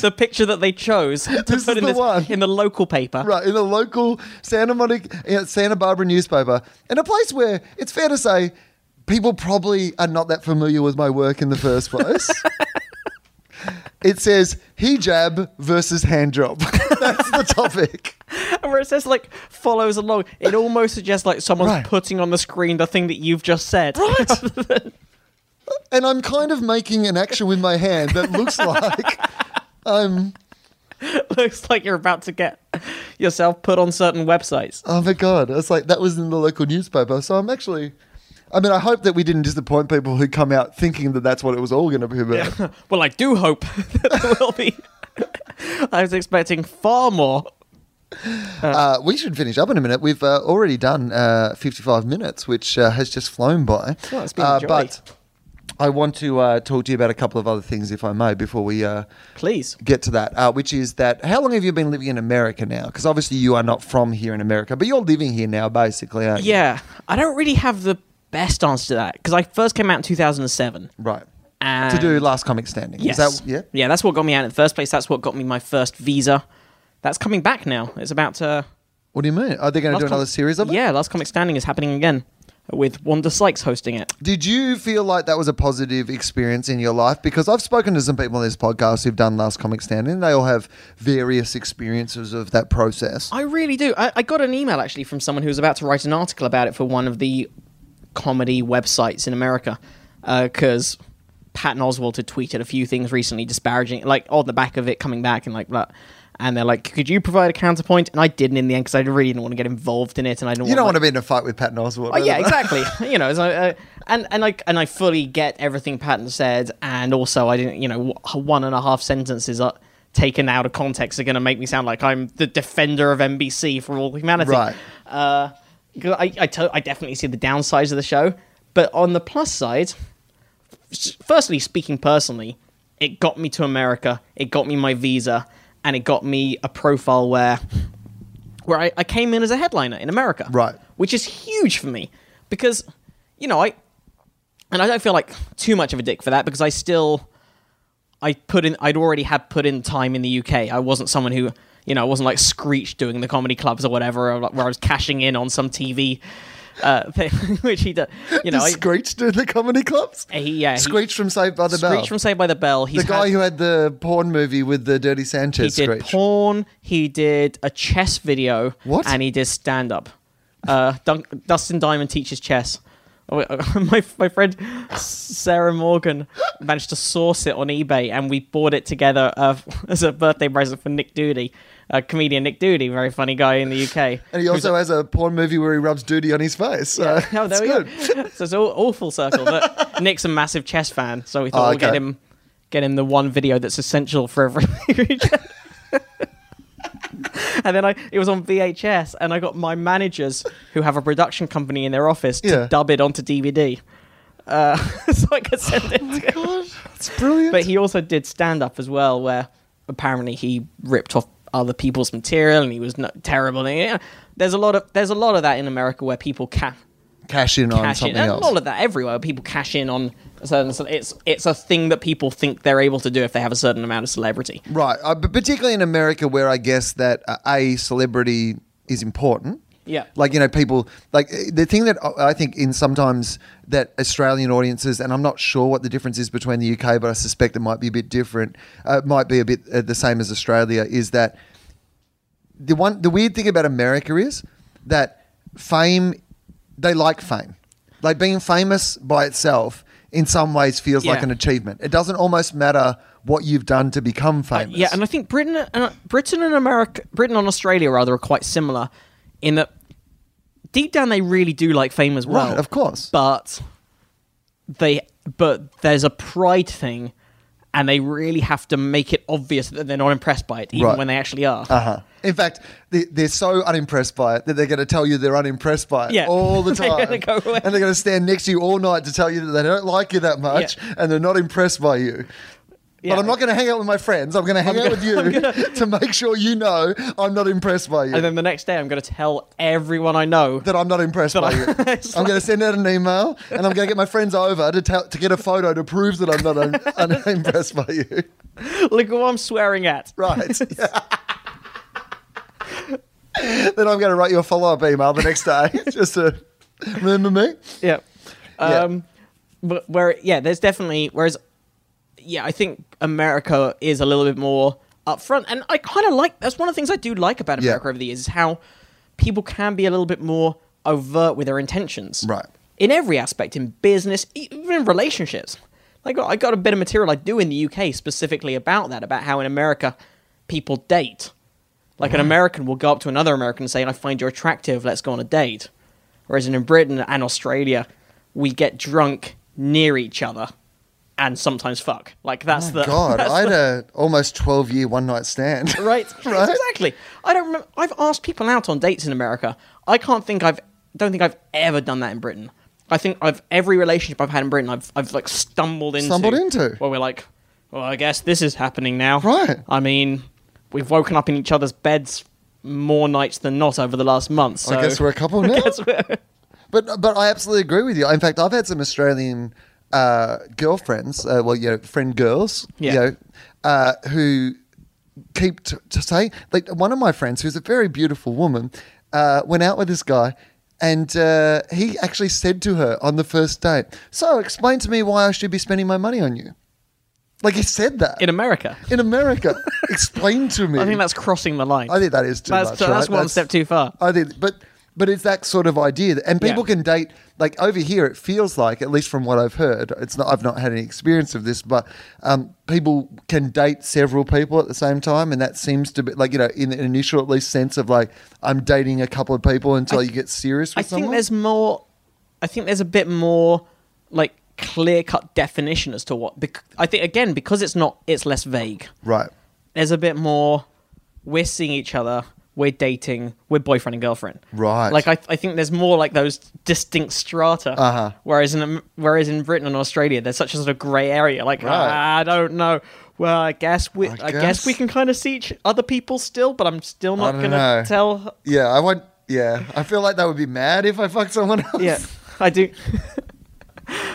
S3: the picture that they chose to
S2: This
S3: put
S2: is
S3: in,
S2: the
S3: this,
S2: one.
S3: in the local paper.
S2: Right, in a local Santa Monica, uh, Santa Barbara newspaper, in a place where it's fair to say people probably are not that familiar with my work in the first place. it says hijab versus hand job. That's the topic.
S3: And where it says like follows along, it almost suggests like someone's
S2: Right.
S3: putting on the screen the thing that you've just said. Right.
S2: And I'm kind of making an action with my hand that looks like I'm.
S3: Looks like you're about to get yourself put on certain websites.
S2: Oh my god! It's like that was in the local newspaper, so I'm actually. I mean, I hope that we didn't disappoint people who come out thinking that that's what it was all going to be about.
S3: Well, I do hope that there will be. I was expecting far more.
S2: Uh, we should finish up in a minute. We've uh, already done uh, 55 minutes, which uh, has just flown by.
S3: Well, it's been a
S2: Uh,
S3: joy.
S2: But I want to uh, talk to you about a couple of other things, if I may, before we uh,
S3: Please.
S2: get to that, uh, which is that how long have you been living in America now? Because obviously you are not from here in America, but you're living here now, basically, aren't you?
S3: Yeah, I don't really have the best answer to that because I first came out in 2007.
S2: Right.
S3: And
S2: to do Last Comic Standing.
S3: Yes.
S2: Is that, yeah?
S3: that's what got me out in the first place. That's what got me my first visa. That's coming back now. It's about to.
S2: What do you mean? Are they going to
S3: Last
S2: do another
S3: Com-
S2: series of it?
S3: Yeah, Last Comic Standing is happening again with Wanda Sykes hosting it.
S2: Did you feel like that was a positive experience in your life? Because I've spoken to some people on this podcast who've done Last Comic Standing. and They all have various experiences of that process.
S3: I really do. I, I got an email actually from someone who was about to write an article about it for one of the comedy websites in America because Patton Oswald had tweeted a few things recently disparaging, like on the back of it coming back and like that. And they're like, could you provide a counterpoint? And I didn't in the end because I really didn't want to get involved in it, and I didn't.
S2: you don't want
S3: want
S2: to be in a fight with Patton Oswald.
S3: Oh, yeah,
S2: either.
S3: exactly. you know, so, uh, and and I and I fully get everything Patton said, and also I didn't, you know, wh- one and a half sentences are taken out of context are going to make me sound like I'm the defender of NBC for all humanity.
S2: Right.
S3: Uh, 'cause I I to- I definitely see the downsides of the show, but on the plus side, s- firstly, speaking personally, it got me to America, it got me my visa, and it got me a profile where where I, I came in as a headliner in America.
S2: Right.
S3: Which is huge for me because, you know, I and I don't feel like too much of a dick for that because I still I put in I'd already had put in time in the UK. I wasn't someone who you know, I wasn't like Screech doing the comedy clubs or whatever, or like, where I was cashing in on some TV uh, thing, which he does. You know,
S2: Does
S3: I,
S2: Screech do the comedy clubs?
S3: he, yeah, he-
S2: Screech from Saved by the Bell.
S3: Screech from Saved by the Bell. He's
S2: the guy
S3: had-
S2: who had the porn movie with the Dirty
S3: he
S2: Sanchez
S3: did
S2: Screech.
S3: porn, he did a chess video,
S2: What?
S3: and he did stand up. Uh, Dun- Dustin Diamond teaches chess. Oh, My my friend Sarah Morgan managed to source it on eBay, and we bought it together uh, as a birthday present for Nick Doody, uh, comedian Nick Doody, very funny guy in the UK.
S2: And he also has a porn movie where he rubs duty on his face. So
S3: Oh, there
S2: it's
S3: we
S2: good.
S3: go. So it's all, all full circle. But Nick's a massive chess fan, so we thought
S2: Oh,
S3: we'll get
S2: okay.
S3: him get him the one video that's essential for every. and then I it was on VHS, and I got my managers who have a production company in their office
S2: Yeah.
S3: to dub it onto DVD, uh, so I could send
S2: Oh
S3: it. to him.
S2: It's brilliant.
S3: But he also did stand up as well, where apparently he ripped off other people's material and he was no- terrible. And, yeah, there's a lot of there's a lot of that in America where people can
S2: cash in on
S3: cash in.
S2: something
S3: And
S2: else.
S3: all of that everywhere. People cash in on a certain. so It's it's a thing that people think they're able to do if they have a certain amount of celebrity.
S2: Right, uh, but particularly in America, where I guess that uh, a celebrity is important.
S3: Yeah.
S2: like you know, people like uh, the thing that I- I think in sometimes that Australian audiences, and I'm not sure what the difference is between the UK, but I suspect it might be a bit different. Uh, it might be a bit uh, the same as Australia. Is that the one the weird thing about America is that fame they like fame. Like being famous by itself in some ways feels like
S3: Yeah.
S2: an achievement. It doesn't almost matter what you've done to become famous.
S3: Yeah, and I think Britain and uh, Britain and America, Britain and Australia rather, are quite similar in that deep down they really do like fame as well.
S2: Right, of course.
S3: But they but there's a pride thing and they really have to make it obvious that they're not impressed by it even
S2: Right.
S3: when they actually are.
S2: Uh-huh. In fact, they, they're so unimpressed by it that they're going to tell you they're unimpressed by it
S3: Yeah.
S2: all the
S3: They're
S2: time.
S3: gonna go away.
S2: And they're going to stand next to you all night to tell you that they don't like you that much and they're not impressed by you.
S3: Yeah.
S2: But I'm not going to hang out with my friends. I'm going to hang out with you to make sure you know I'm not impressed by you.
S3: And then the next day I'm going to tell everyone I know
S2: that I'm not impressed by you. I'm going to send out an email and I'm going to get my friends over to tell, to get a photo to prove that I'm not un- un- impressed by you.
S3: Look at what I'm swearing at.
S2: Right. then I'm going to write you a follow up email the next day just to remember me.
S3: Yeah.
S2: Yeah.
S3: Um, But where, yeah, there's definitely, whereas, yeah, I think America is a little bit more upfront. And I kind of like, that's one of the things I do like about
S2: Yeah.
S3: America over the years is how people can be a little bit more overt with their intentions.
S2: Right.
S3: In every aspect, in business, even in relationships. Like, I got a bit of material I do in the UK specifically about that, about how in America people date. Like an American will go up to another American and say, I find you attractive, let's go on a date. Whereas in Britain and Australia, we get drunk near each other and sometimes fuck. Like that's the
S2: God, I had a almost 12 year one night stand.
S3: right?
S2: Right?
S3: Exactly. I don't remember I've asked people out on dates in America. I can't think I've don't think I've ever done that in Britain. I think I've every relationship I've had in Britain I've I've like stumbled into
S2: Stumbled into.
S3: where we're like, Well, I guess this is happening now.
S2: Right.
S3: I mean, we've woken up in each other's beds more nights than not over the last month. So
S2: I guess we're a couple now.
S3: guess we're-
S2: But but I absolutely agree with you. In fact, I've had some Australian uh, girlfriends, uh, well, you know, friend girls,
S3: Yeah.
S2: you know, uh, who keep t- to say like one of my friends, who's a very beautiful woman, uh, went out with this guy. And uh, he actually said to her on the first date, "So explain to me why I should be spending my money on you." Like he said that
S3: in America.
S2: in America. explain to me.
S3: I think that's crossing the line.
S2: I think that is too
S3: that's,
S2: much.
S3: that's
S2: right?
S3: one step too far.
S2: I think, but but it's that sort of idea, that, and people
S3: Yeah.
S2: can date like over here. It feels like, at least from what I've heard, it's not. I've not had any experience of this, but um, people can date several people at the same time, and that seems to be like you know, in the initial at least sense of like I'm dating a couple of people until you get serious with
S3: I
S2: someone.
S3: think there's more. I think there's a bit more like clear cut definition as to what. Bec- I think again because it's not, it's less vague.
S2: right.
S3: There's a bit more. We're seeing each other. We're dating. We're boyfriend and girlfriend.
S2: Right.
S3: Like I, I think there's more like those distinct strata.
S2: Uh-huh.
S3: Whereas in Am- whereas in Britain and Australia, there's such a sort of grey area. Like "Ah, I don't know. Well, I guess we, I, guess.
S2: guess.
S3: we can kind of see each other people still, but I'm still not
S2: don't
S3: gonna
S2: know.
S3: tell
S2: Yeah, I want. Yeah, I feel like that would be mad if I fucked someone else.
S3: yeah, I do.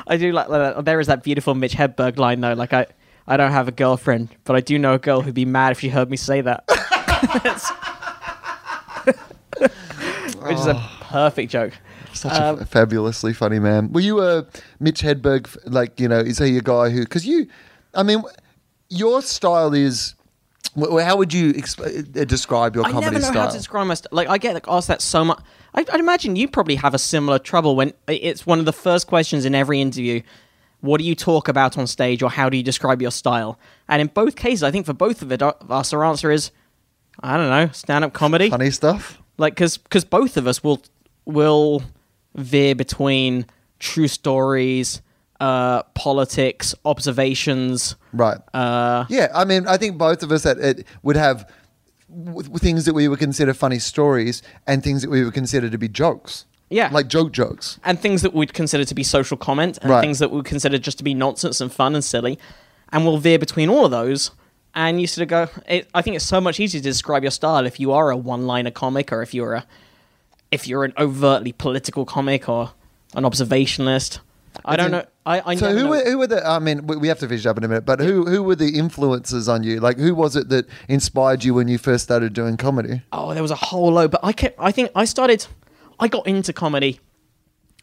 S3: I do like that. There is that beautiful Mitch Hedberg line though. Like I, I don't have a girlfriend, but I do know a girl who'd be mad if she heard me say that. Which is a perfect joke.
S2: Such
S3: Um,
S2: a f- fabulously funny man. Were you a Mitch Hedberg? f- Like, you know, is he a guy who? Because you, I mean, your style is Wh- How would you exp- uh, describe your
S3: I
S2: comedy
S3: never know
S2: style?
S3: how to describe my st- like. I get like asked that so much. I, I'd imagine you probably have a similar trouble when i- it's one of the first questions in every interview. What do you talk about on stage, or how do you describe your style? And in both cases, I think for both of it, uh, us, our answer is, I don't know, stand-up comedy.
S2: Funny stuff.
S3: like because both of us will will veer between true stories uh politics observations
S2: Right.
S3: uh
S2: yeah, I mean, I think both of us that it would have w- w- things that we would consider funny stories and things that we would consider to be jokes.
S3: Yeah.
S2: like joke jokes.
S3: and things that we'd consider to be social comment and
S2: Right.
S3: things that we'd consider just to be nonsense and fun and silly and we'll veer between all of those and you sort of go it, i think it's so much easier to describe your style if you are a one liner comic or if you're a if you're an overtly political comic or an observationalist i don't know i, I
S2: so
S3: never
S2: who
S3: know.
S2: were, who were the? I mean, we we have to finish up in a minute. But who who were the influences on you? Like, who was it that inspired you when you first started doing comedy?
S3: oh, there was a whole load. But I kept, I think I started, I got into comedy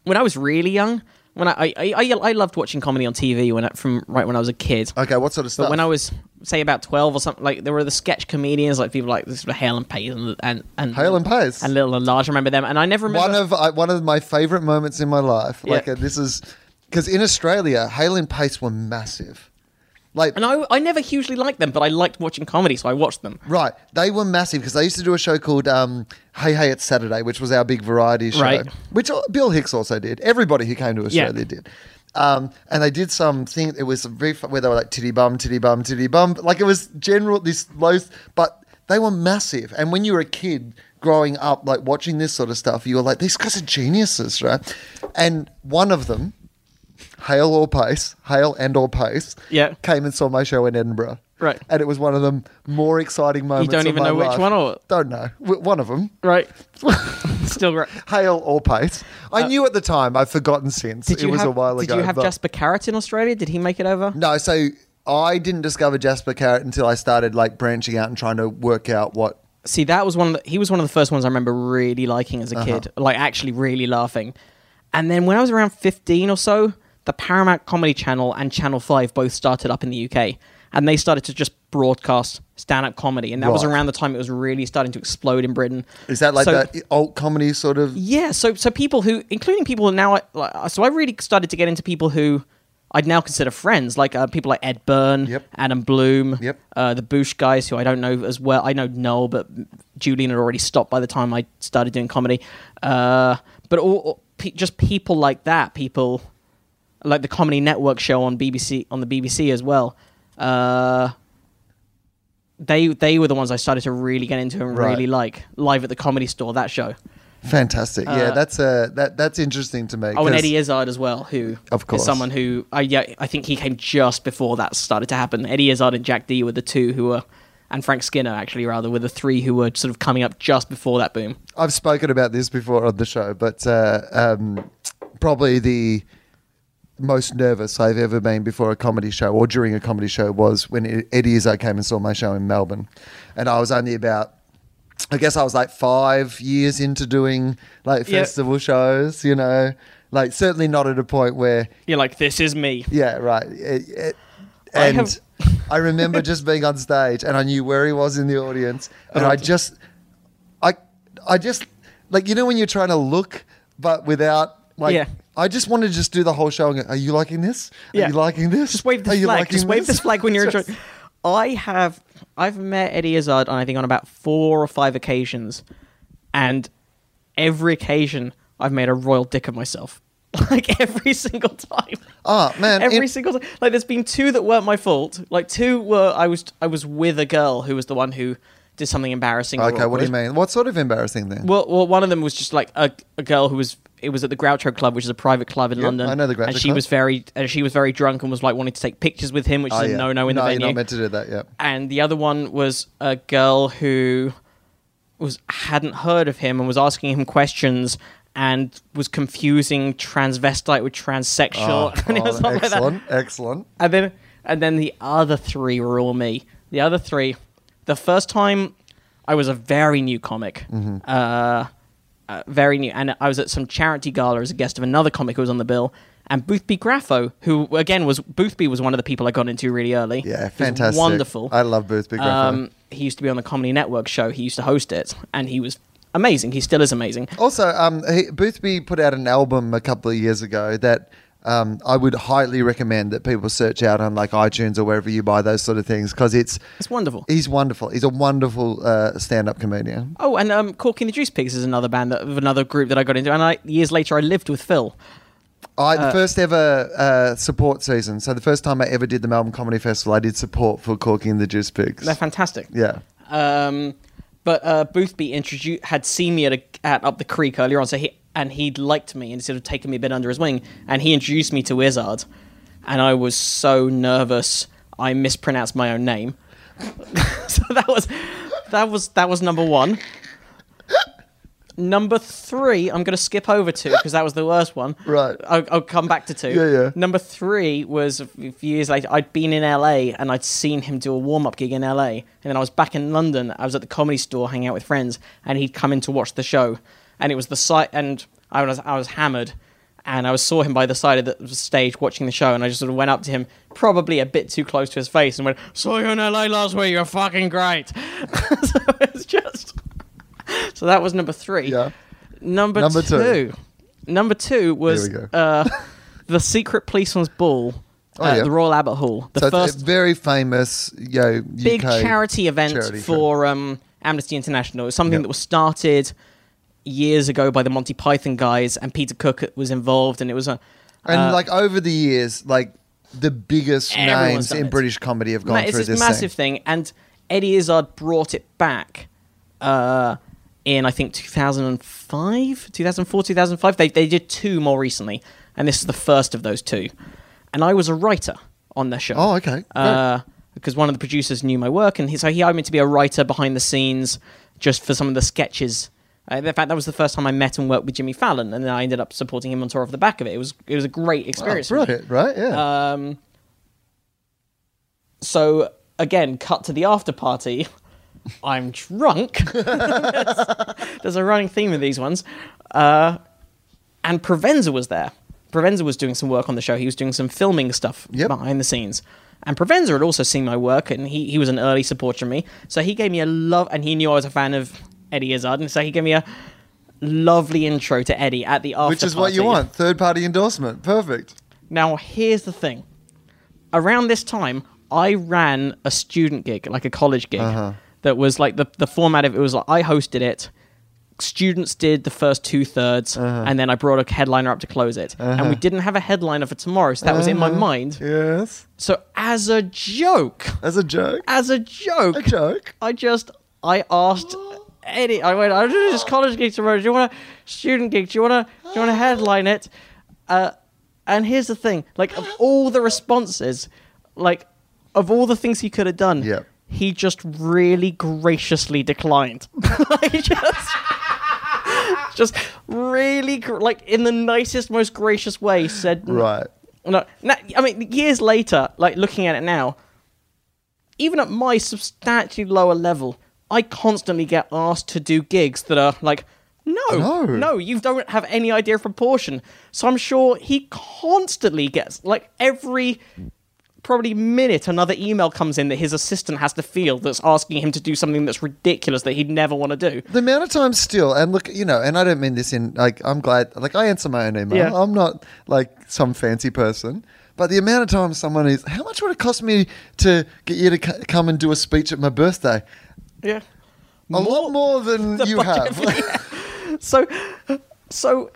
S3: when I was really young. When I, I, I, I- I loved watching comedy on TV when I, from right when I was a kid.
S2: Okay, what sort of stuff?
S3: But when I was say about twelve or something, like there were the sketch comedians, like people like this sort of Hale and Pace and and, and
S2: Hale and Pace.
S3: and Little and Large. I remember them, and I never remember.
S2: one of I, one of my favorite moments in my life.
S3: Yeah.
S2: Like uh, this is because in Australia, Hale and Pace were massive. Like
S3: and I, I never hugely liked them, but I liked watching comedy, so I watched them.
S2: Right. They were massive because they used to do a show called um, Hey Hey It's Saturday, which was our big variety show,
S3: Right.
S2: which uh, Bill Hicks also did. Everybody who came to Australia did. Um, and they did something, it was very fun, where they were like titty bum, titty bum, titty bum. Like it was general, this low, but they were massive. And when you were a kid growing up, like watching this sort of stuff, you were like, these guys are geniuses, right? And one of them, Hale or Pace, Hale and or Pace,
S3: Yeah.
S2: came and saw my show in Edinburgh.
S3: Right.
S2: And it was one of the more exciting moments.
S3: don't
S2: of
S3: even
S2: my
S3: know which
S2: life.
S3: one or-
S2: Don't know. W- One of them.
S3: Right. Still right.
S2: Hale or Pace. I knew at the time. I've forgotten since.
S3: Uh, Did
S2: it
S3: you
S2: was
S3: have,
S2: a while
S3: did
S2: ago.
S3: you have
S2: but-
S3: Jasper Carrot in Australia? Did he make it over?
S2: No, so I didn't discover Jasper Carrot until I started like branching out and trying to work out what.
S3: see that was one of the, he was one of the first ones I remember really liking as a kid,
S2: Uh-huh.
S3: like actually really laughing. And then when I was around 15 or so, the Paramount Comedy Channel and Channel 5 both started up in the UK and they started to just broadcast stand-up comedy and that was
S2: Right.
S3: around the time it was really starting to explode in Britain.
S2: Is that like
S3: So-
S2: that alt comedy sort of?
S3: yeah, so so people who, including people now, like, so I really started to get into people who I'd now consider friends, like uh, people like Ed Byrne,
S2: Yep.
S3: Adam Bloom,
S2: Yep.
S3: uh, the Bush guys, who I don't know as well. I know Noel, but Julian had already stopped by the time I started doing comedy. Uh, but all, all, pe- just people like that, people like the Comedy Network show on BBC on the BBC as well. Uh, they they were the ones I started to really get into and
S2: Right.
S3: really like live at the Comedy Store that show.
S2: Fantastic. yeah,
S3: Uh,
S2: that's uh, that that's interesting to me.
S3: Oh, and
S2: 'cause-
S3: Eddie Izzard as well, who
S2: Of
S3: is
S2: course.
S3: someone who I yeah, I think he came just before that started to happen. Eddie Izzard and Jack D were the two who were, and Frank Skinner actually rather were the three who were sort of coming up just before that boom.
S2: I've spoken about this before on the show, but uh, um, probably the most nervous I've ever been before a comedy show or during a comedy show was when E-, Eddie Izzo came and saw my show in Melbourne. And I was only about, I guess I was like five years into doing like
S3: Yeah.
S2: festival shows, you know, like certainly not at a point where
S3: You're like, this is me.
S2: yeah, right. It- it-
S3: I
S2: and I,
S3: have-
S2: remember just being on stage, and I knew where he was in the audience, and I just, I, I just like you know when you're trying to look, but without like.
S3: Yeah.
S2: I just want to just do the whole show. And go, Are you liking this?
S3: Yeah.
S2: Are you liking this?
S3: Just wave
S2: Are
S3: this
S2: you
S3: flag.
S2: liking
S3: Just wave this flag when you're
S2: Just-
S3: enjoying. I have I've met Eddie Izzard on I think on about four or five occasions, and every occasion I've made a royal dick of myself. Like every single time.
S2: Oh man!
S3: every
S2: it-
S3: single time. Like, there's been two that weren't my fault. Like, two were I was I was with a girl who was the one who did something embarrassing. or
S2: okay, what do
S3: awkward.
S2: you mean? What sort of embarrassing thing?
S3: Well, well, one of them was just like a, a girl who was. It was at the Groucho Club, which is a private club in London.
S2: I know the Groucho
S3: And she
S2: Club.
S3: was very, and she was very drunk and was like wanting to take pictures with him, which
S2: Oh,
S3: is
S2: yeah.
S3: a no-no in the venue
S2: you're not meant to do that. Yeah.
S3: and the other one was a girl who was hadn't heard of him and was asking him questions and was confusing transvestite with transsexual and it
S2: Oh,
S3: was all like that.
S2: excellent, excellent.
S3: And then and then the other three were all me. The other three, the first time I was a very new comic,
S2: Mm-hmm.
S3: uh, uh, very new, and I was at some charity gala as a guest of another comic who was on the bill. and Boothby Graffo, who again was Boothby was one of the people I got into really early.
S2: Yeah,
S3: He's
S2: fantastic.
S3: wonderful. Um,
S2: I love Boothby Graffo.
S3: he used to be on the Comedy Network show. He used to host it, and he was amazing. He still is amazing.
S2: Also, um, he, Boothby put out an album a couple of years ago that um, I would highly recommend that people search out on like iTunes or wherever you buy those sort of things because it's
S3: It's wonderful.
S2: he's wonderful. He's a wonderful uh, stand-up comedian.
S3: Oh, and um, Corky and the Juice Pigs is another band that, of another group that I got into, and I, years later I lived with Phil.
S2: I the first ever uh, support season. So the first time I ever did the Melbourne Comedy Festival, I did support for Corky and the Juice Pigs.
S3: They're fantastic.
S2: Yeah.
S3: Um, but uh, Boothby introduced had seen me at, a, at up the creek earlier on, so he and he liked me and sort of taken me a bit under his wing, and he introduced me to Wizard, and I was so nervous I mispronounced my own name. so that was that was that was number one. Number three, I'm going to skip over two because that was the worst one.
S2: Right.
S3: I'll, I'll come back to two.
S2: Yeah, yeah.
S3: Number three was a few years later. I'd been in LA and I'd seen him do a warm up gig in LA. And then I was back in London. I was at the comedy store hanging out with friends, and he'd come in to watch the show. And it was the site, and I was I was hammered, and I was saw him by the side of the stage watching the show, and I just sort of went up to him, probably a bit too close to his face, and went, "Saw you in LA last week. You're fucking great." so it's just. So that was number three.
S2: Yeah.
S3: Number,
S2: Number two.
S3: two. Number two was
S2: Here we go.
S3: uh, the Secret Policeman's Ball
S2: Oh,
S3: at
S2: yeah.
S3: the Royal Albert Hall. The
S2: So
S3: first
S2: it's a very famous, you know,
S3: big
S2: UK
S3: charity event
S2: charity
S3: for um, Amnesty International. It's something that was started years ago by the Monty Python guys, and Peter Cook was involved, and it was a.
S2: And
S3: uh,
S2: like over the years, like the biggest
S3: Everyone's
S2: names
S3: done
S2: in
S3: it.
S2: British comedy have gone
S3: Ma- it's
S2: through
S3: this
S2: this
S3: massive
S2: thing.
S3: thing. and Eddie Izzard brought it back uh, in I think 2005, 2004, 2005. They they did two more recently, and this is the first of those two. And I was a writer on their show.
S2: Oh, okay. Great.
S3: Uh, because one of the producers knew my work, and he, so he hired me to be a writer behind the scenes, just for some of the sketches. Uh, in fact, that was the first time I met and worked with Jimmy Fallon, and then I ended up supporting him on tour off the back of it. It was it was a great experience. for me.
S2: Brilliant, right? Yeah.
S3: Um, so again, cut to the after party. I'm drunk. There's a running theme in these ones. Uh, and Provenza was there. Provenza was doing some work on the show. He was doing some filming stuff
S2: Yep.
S3: behind the scenes. And Provenza had also seen my work, and he, he was an early supporter of me. So he gave me a love, and he knew I was a fan of Eddie Izzard, and so he gave me a lovely intro to Eddie at the after
S2: Which is what you
S3: party.
S2: want. Third party endorsement. Perfect.
S3: Now, here's the thing. Around this time, I ran a student gig, like a college gig, that was like the, the format of it was like I hosted it, students did the first two thirds, and then I brought a headliner up to close it. And we didn't have a headliner for tomorrow, so that was in my mind.
S2: Yes.
S3: So, as a joke,
S2: As a joke.
S3: as a joke,
S2: A joke.
S3: I just I asked Eddie. I went. I do this college gig tomorrow. Do you want a student gig? Do you want to do you want to headline it? Uh, and here's the thing. Like of all the responses, like of all the things he could have done,
S2: Yep.
S3: he just really graciously declined. like just. Just really, gr- like in the nicest, most gracious way, said
S2: Right.
S3: no, no, I mean, years later, like looking at it now, even at my substantially lower level, I constantly get asked to do gigs that are like, no,
S2: No.
S3: no, you don't have any idea of proportion. So I'm sure he constantly gets, like, every probably minute another email comes in that his assistant has to field that's asking him to do something that's ridiculous that he'd never want to do.
S2: The amount of time still, and look, you know, and I don't mean this in like I'm glad, like I answer my own email.
S3: Yeah.
S2: I'm not like some fancy person, but the amount of time someone is, how much would it cost me to get you to c- come and do a speech at my birthday?
S3: Yeah.
S2: A lot more than
S3: the
S2: you
S3: budget
S2: have.
S3: so so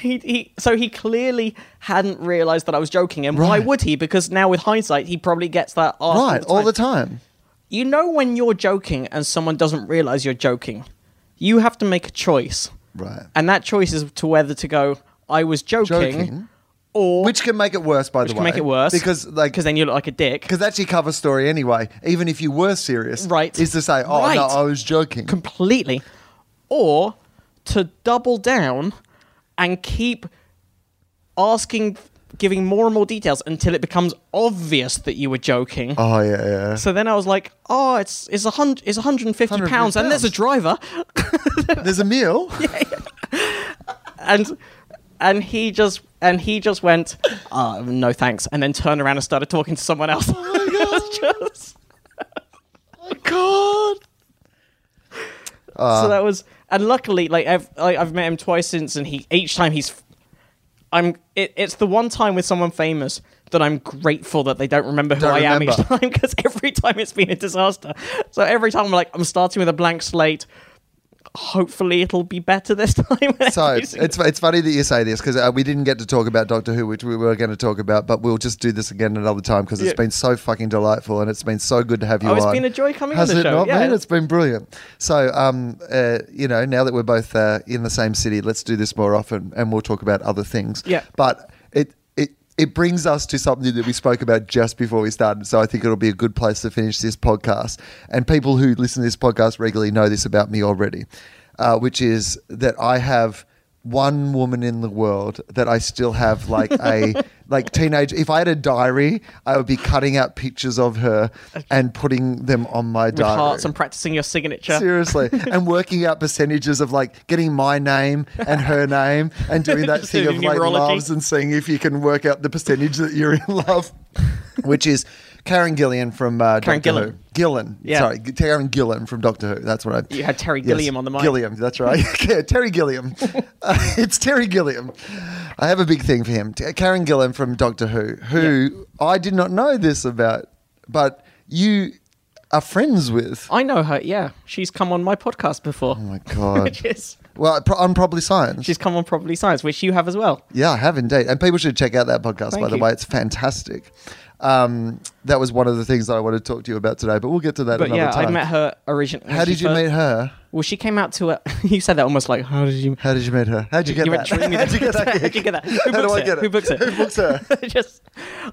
S3: he, he so he clearly hadn't realized that I was joking, and why
S2: Right.
S3: would he? Because now with hindsight, he probably gets that asked
S2: right, all the time.
S3: You know when you're joking and someone doesn't realize you're joking, you have to make a choice,
S2: Right.
S3: and that choice is to whether to go I was joking,
S2: Joking.
S3: or
S2: Which can make it worse, by
S3: which
S2: the
S3: can
S2: way.
S3: make it worse
S2: Because, like,
S3: because then you look like a dick.
S2: because that's your cover story anyway, even if you were serious.
S3: Right.
S2: Is to say, oh,
S3: Right.
S2: no, I was joking.
S3: completely, or to double down and keep asking, giving more and more details until it becomes obvious that you were joking.
S2: oh, yeah, yeah.
S3: So then I was like, "Oh, it's it's a hundred, it's 150
S2: 150
S3: pounds, and there's a
S2: pounds.
S3: driver."
S2: There's a meal.
S3: and and he just and he just went, uh, no thanks, and then turned around and started talking to someone else. It was just-
S2: God. Ah.
S3: so that was, and luckily, like I've I, I've met him twice since, and he each time he's, I'm it, it's the one time with someone famous that I'm grateful that they don't remember who
S2: Don't
S3: I am each
S2: remember.
S3: time because every time it's been a disaster. So every time I'm like I'm starting with a blank slate. Hopefully it'll be better this time.
S2: So
S3: Every
S2: it's
S3: single-
S2: it's funny that you say this because uh, we didn't get to talk about Doctor Who, which we were going to talk about, but we'll just do this again another time because it's
S3: Yeah.
S2: been so fucking delightful and it's been so good to have you
S3: Oh,
S2: on.
S3: it's been a joy coming on
S2: Has
S3: the
S2: it
S3: show,
S2: Not,
S3: yeah.
S2: man? It's been brilliant. So um, uh, you know, now that we're both uh, in the same city, let's do this more often, and we'll talk about other things.
S3: Yeah.
S2: but it. It, it brings us to something that we spoke about just before we started. So I think it'll be a good place to finish this podcast. And people who listen to this podcast regularly know this about me already, uh, which is that I have one woman in the world that I still have like a like teenage. If I had a diary, I would be cutting out pictures of her and putting them on my
S3: with
S2: diary.
S3: hearts and practicing your signature.
S2: Seriously, and working out percentages of like getting my name and her name and doing that
S3: Just
S2: thing
S3: doing
S2: of like
S3: numerology.
S2: loves and seeing if you can work out the percentage that you're in love, which is Karen Gillian from uh,
S3: Karen
S2: Doctor
S3: Gillan.
S2: Who. Gillan,
S3: Yeah.
S2: sorry, G- Karen Gillan from Doctor Who. That's what I.
S3: You had Terry
S2: Yes,
S3: Gilliam on the mic.
S2: Gilliam, that's right. yeah, Terry Gilliam. Uh, it's Terry Gilliam. I have a big thing for him. T- Karen Gillan from Doctor Who, who I did not know this about, but you are friends with.
S3: I know her. Yeah, she's come on my podcast before.
S2: Oh my god!
S3: which is
S2: well, pro- on probably science.
S3: she's come on Probably Science, which you have as well.
S2: yeah, I have indeed, and people should check out that podcast.
S3: Thank
S2: by the
S3: you.
S2: way, it's fantastic. Um, that was one of the things that I wanted to talk to you about today, but we'll get to that
S3: But
S2: another
S3: yeah,
S2: time.
S3: I met her originally.
S2: How did you meet her?
S3: Well, she came out to a. you said that almost like how did you?
S2: How did you meet her? How did you get
S3: you went
S2: that?
S3: dreamy.
S2: How'd you get that?
S3: How'd you get that? Who
S2: How do
S3: books
S2: I
S3: it?
S2: get it?
S3: Who books it?
S2: Who books her?
S3: Just,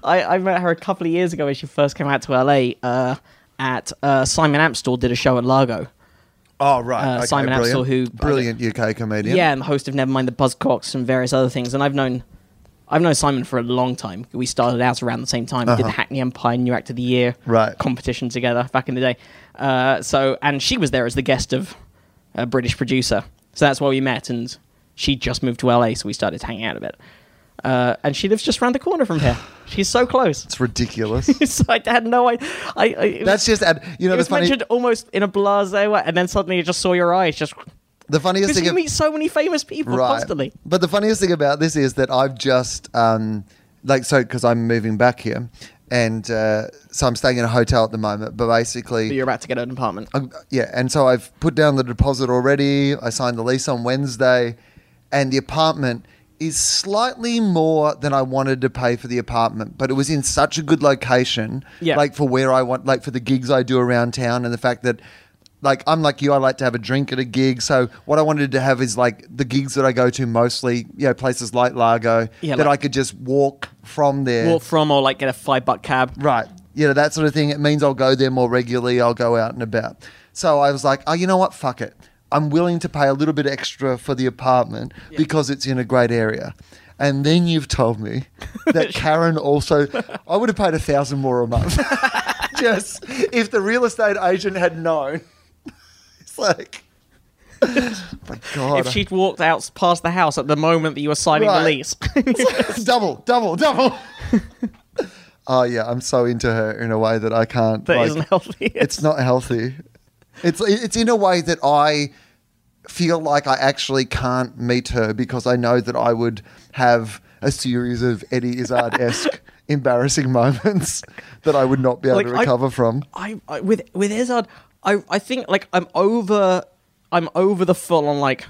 S3: I, I met her a couple of years ago when she first came out to LA. Uh, at uh, Simon Amstel did a show at Largo.
S2: Oh right,
S3: Uh,
S2: Okay,
S3: Simon Amstel,
S2: brilliant.
S3: who-
S2: brilliant UK
S3: Yeah.
S2: comedian.
S3: and the host of Nevermind the Buzzcocks and various other things. And I've known, I've known Simon for a long time. We started out around the same time. We did the Hackney Empire New Act of the Year
S2: Uh-huh. Right.
S3: competition together back in the day. Uh, so, and she was there as the guest of a British producer. So that's why we met. And she just moved to LA, so we started hanging out a bit. Uh, and she lives just around the corner from here. She's so close.
S2: it's ridiculous.
S3: so I had no idea. I, I, it was-
S2: That's just, and you know,
S3: it
S2: the
S3: was
S2: funny,
S3: mentioned almost in a blase way, and then suddenly you just saw your eyes just
S2: the funniest
S3: because
S2: thing.
S3: you
S2: of-
S3: meet so many famous people constantly.
S2: But the funniest thing about this is that I've just um, like so because I'm moving back here, and uh, so I'm staying in a hotel at the moment. But basically,
S3: But you're about to get an apartment.
S2: I'm, yeah, and so I've put down the deposit already. I signed the lease on Wednesday, and the apartment is slightly more than I wanted to pay for the apartment, but it was in such a good location,
S3: Yeah.
S2: like for where I want, like for the gigs I do around town, and the fact that. Like I'm like you, I like to have a drink at a gig. So what I wanted to have is like the gigs that I go to mostly, you know, places like Largo
S3: Yeah,
S2: that
S3: like-
S2: I could just walk from there.
S3: Walk from or like get a five buck cab.
S2: Right. You know, that sort of thing. It means I'll go there more regularly. I'll go out and about. So I was like, oh, you know what? Fuck it. I'm willing to pay a little bit extra for the apartment because it's in a great area. And then you've told me that Karen also, I would have paid a thousand more a month. Just if the real estate agent had known. It's like, my God.
S3: If she'd walked out past the house at the moment that you were signing
S2: Right.
S3: the lease,
S2: double, double, double. oh, yeah. I'm so into her in a way that I can't.
S3: that
S2: like-
S3: not healthy.
S2: it's not healthy. It's it's in a way that I feel like I actually can't meet her because I know that I would have a series of Eddie Izzard esque embarrassing moments that I would not be able
S3: Like,
S2: to
S3: I-
S2: recover from.
S3: I, I with with Izzard, I I think like I'm over, I'm over the full on like,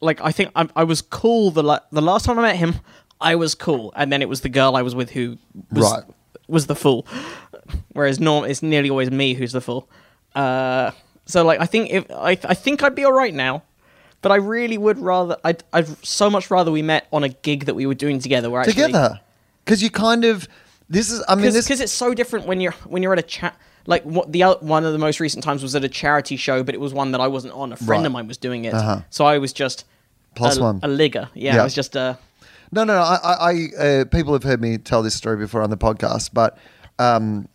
S3: like I think I'm, I was cool the la- the last time I met him, I was cool, and then it was the girl I was with who was
S2: Right.
S3: was the fool, whereas norm it's nearly always me who's the fool. Uh, so like I think if I I think I'd be all right now. But I really would rather I'd, I'd so much rather we met on a gig that we were doing together. Where actually,
S2: Together, because you kind of this is. I mean,
S3: because
S2: this
S3: it's so different when you're when you're at a chat. Like what the oth- one of the most recent times was at a charity show, but it was one that I wasn't on. A friend
S2: Right. Uh-huh.
S3: of mine was doing it, so I was just
S2: Plus
S3: a,
S2: one.
S3: a ligger. Yeah,
S2: Yeah.
S3: I was just uh,
S2: No, no, no. I, I, I uh, people have heard me tell this story before on the podcast, but um,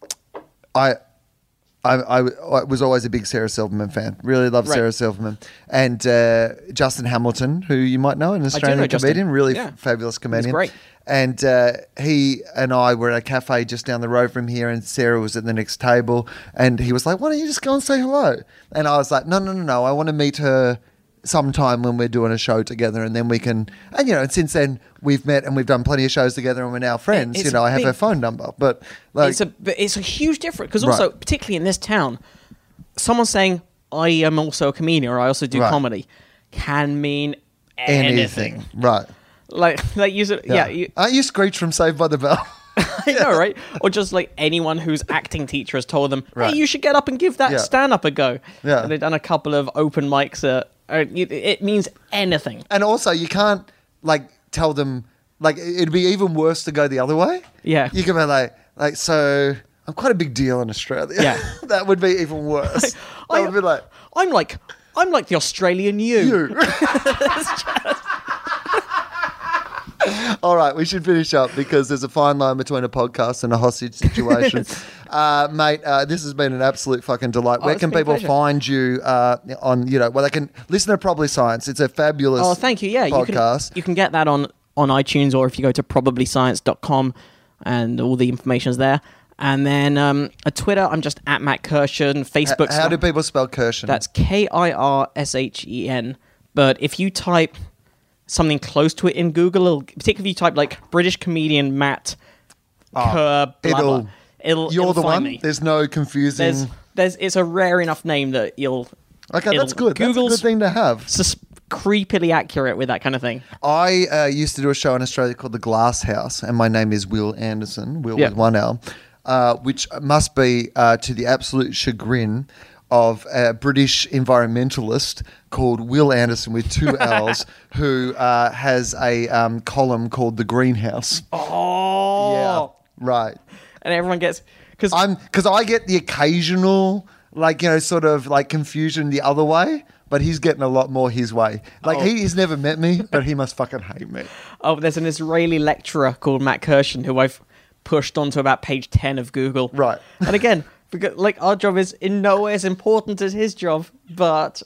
S2: I, I, I, I was always a big Sarah Silverman fan. Really loved
S3: Right.
S2: Sarah Silverman and uh, Justin Hamilton, who you might know, an Australian
S3: know Justin.
S2: comedian, really
S3: Yeah.
S2: f- fabulous comedian.
S3: great.
S2: And uh, he and I were at a cafe just down the road from here, and Sarah was at the next table, and he was like, "Why don't you just go and say hello?" And I was like, "No, no, no, no. I want to meet her." Sometime when we're doing a show together, and then we can, and you know, and since then we've met and we've done plenty of shows together, and we're now friends.
S3: it's
S2: you know,
S3: a
S2: I have
S3: big-
S2: her phone number, but like,
S3: it's a but it's a huge difference because also
S2: Right.
S3: particularly in this town, someone saying I am also a comedian or I also do
S2: Right.
S3: comedy can mean anything.
S2: anything, right?
S3: Like like you said, yeah, you,
S2: Aren't you Screech from Saved by the Bell?
S3: I know, right? Or just like anyone whose acting teacher has told them, hey,
S2: Right.
S3: you should get up and give that
S2: Yeah.
S3: stand up a go.
S2: Yeah.
S3: And they've done a couple of open mics. Uh, uh, it- it means anything.
S2: and also, you can't like tell them like it- it'd be even worse to go the other way.
S3: Yeah.
S2: you can be like like so. I'm quite a big deal in Australia.
S3: Yeah.
S2: that would be even worse. I, would be like
S3: I'm like, I'm like the Australian you.
S2: you. All right, we should finish up because there's a fine line between a podcast and a hostage situation. uh, mate, uh, this has been an absolute fucking delight. Where
S3: Oh, it's
S2: can
S3: been a
S2: people
S3: pleasure.
S2: find you uh, on, you know, well, they can listen to Probably Science. It's a fabulous
S3: Oh, thank you. Yeah,
S2: podcast.
S3: you can you can get that on on iTunes or if you go to probablyscience.com and all the information's there. And then um, a Twitter, I'm just at Matt Kirshen. Facebook,
S2: How
S3: slash-
S2: do people spell Kirshen?
S3: that's K I R S H E N. But if you type something close to it in Google, it'll, particularly if you type like British comedian Matt Kerr, blah,
S2: Ah, it'll-
S3: blah, it'll
S2: You're
S3: it'll
S2: the one.
S3: find Me.
S2: There's no confusing.
S3: There's there's it's a rare enough name that you'll
S2: okay, that's
S3: it'll-
S2: good. that's a good thing to have.
S3: sus- creepily accurate with that kind of thing.
S2: I uh, used to do a show in Australia called The Glass House, and my name is Will Anderson, Will
S3: Yeah.
S2: with one L, uh, which must be uh, to the absolute chagrin of a British environmentalist called Will Anderson with two L's, who uh, has a um, column called The Greenhouse.
S3: Oh,
S2: Yeah, right.
S3: and everyone gets because
S2: I'm because I get the occasional like you know sort of like confusion the other way, but he's getting a lot more his way. Like he, he's never met me, but he must fucking hate me.
S3: oh, there's an Israeli lecturer called Matt Kirshen who I've pushed onto about page ten of Google.
S2: Right.
S3: and again, because, like our job is in no way as important as his job, but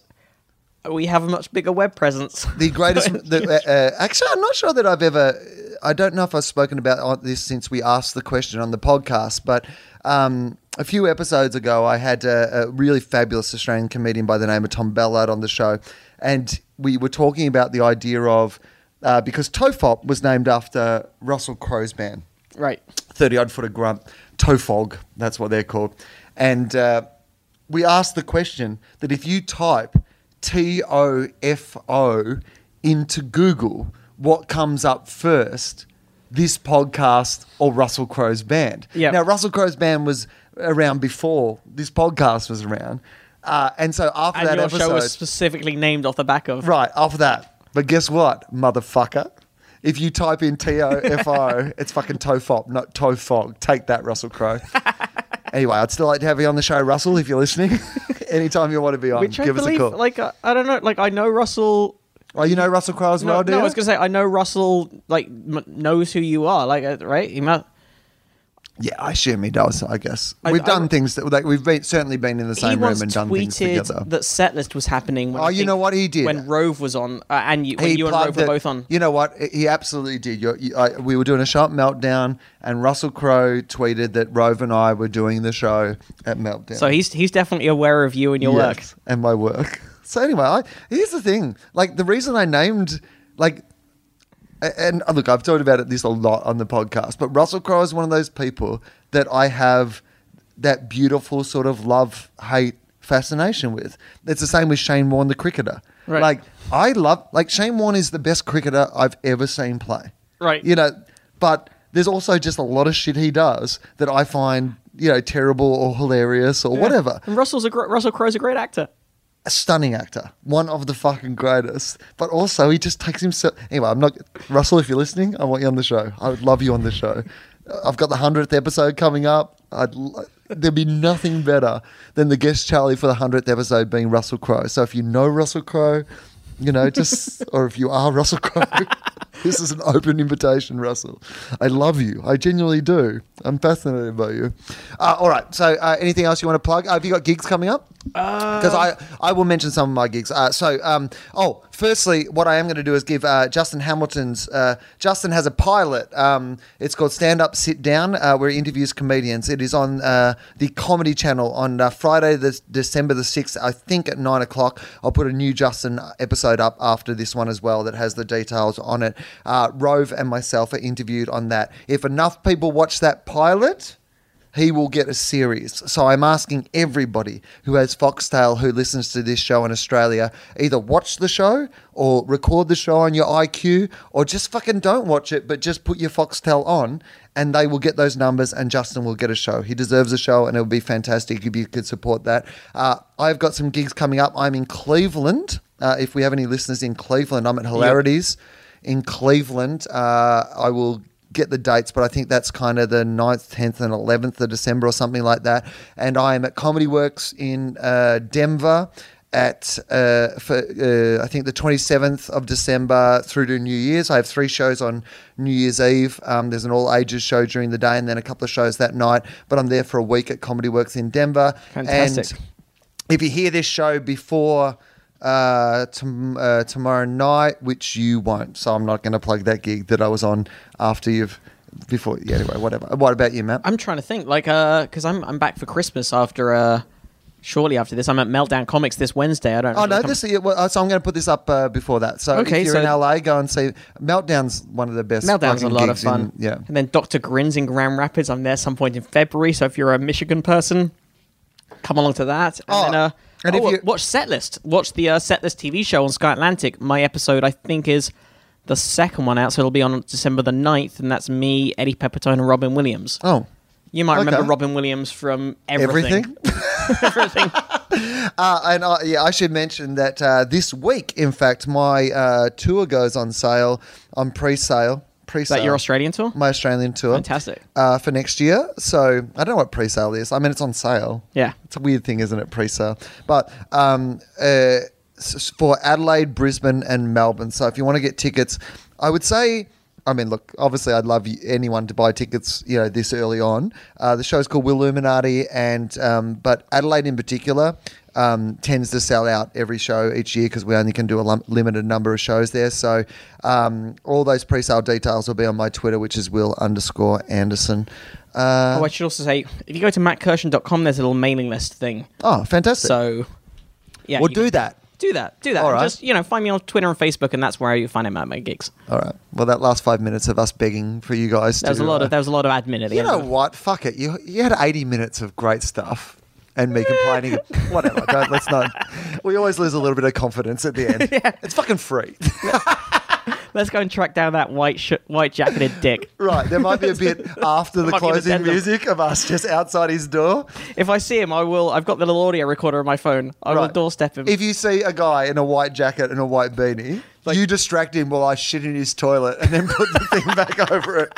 S3: we have a much bigger web presence.
S2: The greatest. the, uh, uh, actually, I'm not sure that I've ever. I don't know if I've spoken about on- this since we asked the question on the podcast, but um, a few episodes ago, I had a, a really fabulous Australian comedian by the name of Tom Ballard on the show, and we were talking about the idea of uh, because Tofop was named after Russell Crowe's band.
S3: right.
S2: 30 odd foot of grunt, toe fog, that's what they're called. And uh, we asked the question that if you type T O F O into Google, what comes up first, this podcast or Russell Crowe's band?
S3: Yep.
S2: Now, Russell Crowe's band was around before this podcast was around. Uh, and so after
S3: And
S2: that
S3: your
S2: episode,
S3: show was specifically named off the back of.
S2: Right, after that. But guess what, motherfucker? If you type in T O F O, it's fucking tofop, not tofog. Take that, Russell Crowe. anyway, I'd still like to have you on the show, Russell, if you're listening. Anytime you want to be on,
S3: Which I
S2: give us a
S3: believe,
S2: call.
S3: like, I, I don't know, like, I know Russell.
S2: oh, you know Russell Crowe as
S3: No,
S2: well, do
S3: no,
S2: you?
S3: I was gonna say I know Russell like m- knows who you are, like uh, right? He must,
S2: yeah, I assume he does. I guess
S3: I-
S2: we've
S3: I-
S2: done things that like we've been, certainly been in the
S3: he
S2: same
S3: once
S2: room and done things
S3: tweeted
S2: together.
S3: that Setlist was happening. When
S2: Oh,
S3: I
S2: you
S3: think-
S2: know what? He did.
S3: when Rove was on, uh, and you, when you and Rove
S2: plugged
S3: were
S2: it-
S3: both on.
S2: You know what? He absolutely did. You're, you, I, we were doing a sharp meltdown, and Russell Crowe tweeted that Rove and I were doing the show at Meltdown.
S3: So he's he's definitely aware of you and your work.
S2: Yes, and my work. So anyway, I, here's the thing. Like the reason I named like. a- And uh, look, I've talked about it this a lot on the podcast, but Russell Crowe is one of those people that I have that beautiful sort of love hate fascination with. It's the same with Shane Warne, the cricketer.
S3: Right.
S2: Like I love, like Shane Warne is the best cricketer I've ever seen play.
S3: Right.
S2: You know, but there's also just a lot of shit he does that I find you know terrible or hilarious or whatever
S3: And Russell's a gr- Russell Crowe's a great actor.
S2: a stunning actor, one of the fucking greatest. But also, he just takes himself. Anyway, I'm not Russell. If you're listening, I want you on the show. I would love you on the show. I've got the hundredth episode coming up. I'd l- there'd be nothing better than the guest Charlie for the hundredth episode being Russell Crowe. So if you know Russell Crowe, you know just or if you are Russell Crowe. This is an open invitation, Russell. I love you. I genuinely do. I'm fascinated by you. Uh, all right. So, uh, anything else you want to plug? Uh, have you got gigs coming up? Because I, I will mention some of my gigs. Uh, so, um, oh, firstly, what I am going to do is give uh, Justin Hamilton's. Uh, Justin has a pilot. Um, it's called Stand Up, Sit Down, uh, where he interviews comedians. It is on uh, the Comedy Channel on uh, Friday, the, December the 6th, I think at 9 o'clock. I'll put a new Justin episode up after this one as well that has the details on it. Uh, Rove and myself are interviewed on that. If enough people watch that pilot, he will get a series. So I'm asking everybody who has Foxtail who listens to this show in Australia either watch the show or record the show on your IQ or just fucking don't watch it, but just put your Foxtail on and they will get those numbers and Justin will get a show. He deserves a show and it would be fantastic if you could support that. Uh, I've got some gigs coming up. I'm in Cleveland. Uh, if we have any listeners in Cleveland, I'm at Hilarities in Cleveland. Uh, I will get the dates, but I think that's kind of the 9th, 10th, and 11th of December or something like that. And I am at Comedy Works in uh, Denver at uh, for, uh, I think the 27th of December through to New Year's. I have three shows on New Year's Eve. Um, there's an all ages show during the day and then a couple of shows that night, but I'm there for a week at Comedy Works in Denver. And
S3: Fantastic.
S2: if you hear this show before uh, tom uh, tomorrow night, which you won't, so I'm not going to plug that gig that I was on after you've before. Yeah, anyway, whatever. What about you, Matt?
S3: I'm trying to think, like, uh, because I'm I'm back for Christmas after uh, shortly after this. I'm at Meltdown Comics this Wednesday. I don't.
S2: Oh
S3: know
S2: no!
S3: if I'm-
S2: This yeah, well, uh, so I'm going to put this up uh, before that. So
S3: Okay,
S2: if you're
S3: so-
S2: in LA, go and see Meltdown's one of the best.
S3: Meltdown's a
S2: fucking
S3: lot of
S2: gigs in-
S3: fun.
S2: yeah,
S3: And then Dr. Grins in Grand Rapids. I'm there some point in February. So if you're a Michigan person, come along to that. And
S2: Oh,
S3: then, uh,
S2: and if
S3: oh,
S2: you-
S3: watch Setlist. Watch the uh, Setlist TV show on Sky Atlantic. My episode, I think, is the second one out. So it'll be on December the 9th. And that's me, Eddie Pepitone, and Robin Williams.
S2: Oh.
S3: You might remember
S2: okay.
S3: Robin Williams from
S2: Everything?
S3: everything. everything.
S2: Uh, and I, yeah, I should mention that uh, this week, in fact, my uh, tour goes on sale on pre-sale.
S3: Is that
S2: Pre-sale.
S3: your Australian tour?
S2: my Australian tour.
S3: Fantastic.
S2: Uh, for next year. So I don't know what pre sale is. I mean, it's on sale.
S3: Yeah.
S2: It's a weird thing, isn't it? Pre sale. But um, uh, s- s- for Adelaide, Brisbane, and Melbourne. So if you want to get tickets, I would say. I mean, look. Obviously, I'd love you- anyone to buy tickets, you know, this early on. Uh, the show's called Will Illuminati, and um, but Adelaide in particular, um, tends to sell out every show each year because we only can do a lum- limited number of shows there. So um, all those pre-sale details will be on my Twitter, which is will underscore Anderson. Uh,
S3: oh, I should also say, if you go to mattkirshen.com, there's a little mailing list thing.
S2: oh, fantastic!
S3: So, yeah.
S2: we'll
S3: you
S2: do
S3: can-
S2: that.
S3: Do that. Do that.
S2: All right.
S3: Just you know, find me on Twitter and Facebook, and that's where you find out my gigs.
S2: All right. Well, that last five minutes of us begging for you guys.
S3: There was
S2: to,
S3: a lot
S2: uh,
S3: of there was a lot of admin at the
S2: You
S3: end.
S2: know
S3: of it.
S2: what? Fuck it. You you had eighty minutes of great stuff, and me complaining. whatever. Don't, let's not. We always lose a little bit of confidence at the end. It's fucking free.
S3: Let's go and track down that white sh- white jacketed dick.
S2: Right, there might be a bit after the
S3: Fucking
S2: closing
S3: addendum.
S2: music of us just outside his door.
S3: If I see him, I will. I've got the little audio recorder on my phone. I will
S2: Right.
S3: doorstep him.
S2: If you see a guy in a white jacket and a white beanie,
S3: Like-
S2: you distract him while I shit in his toilet and then put the thing back over it.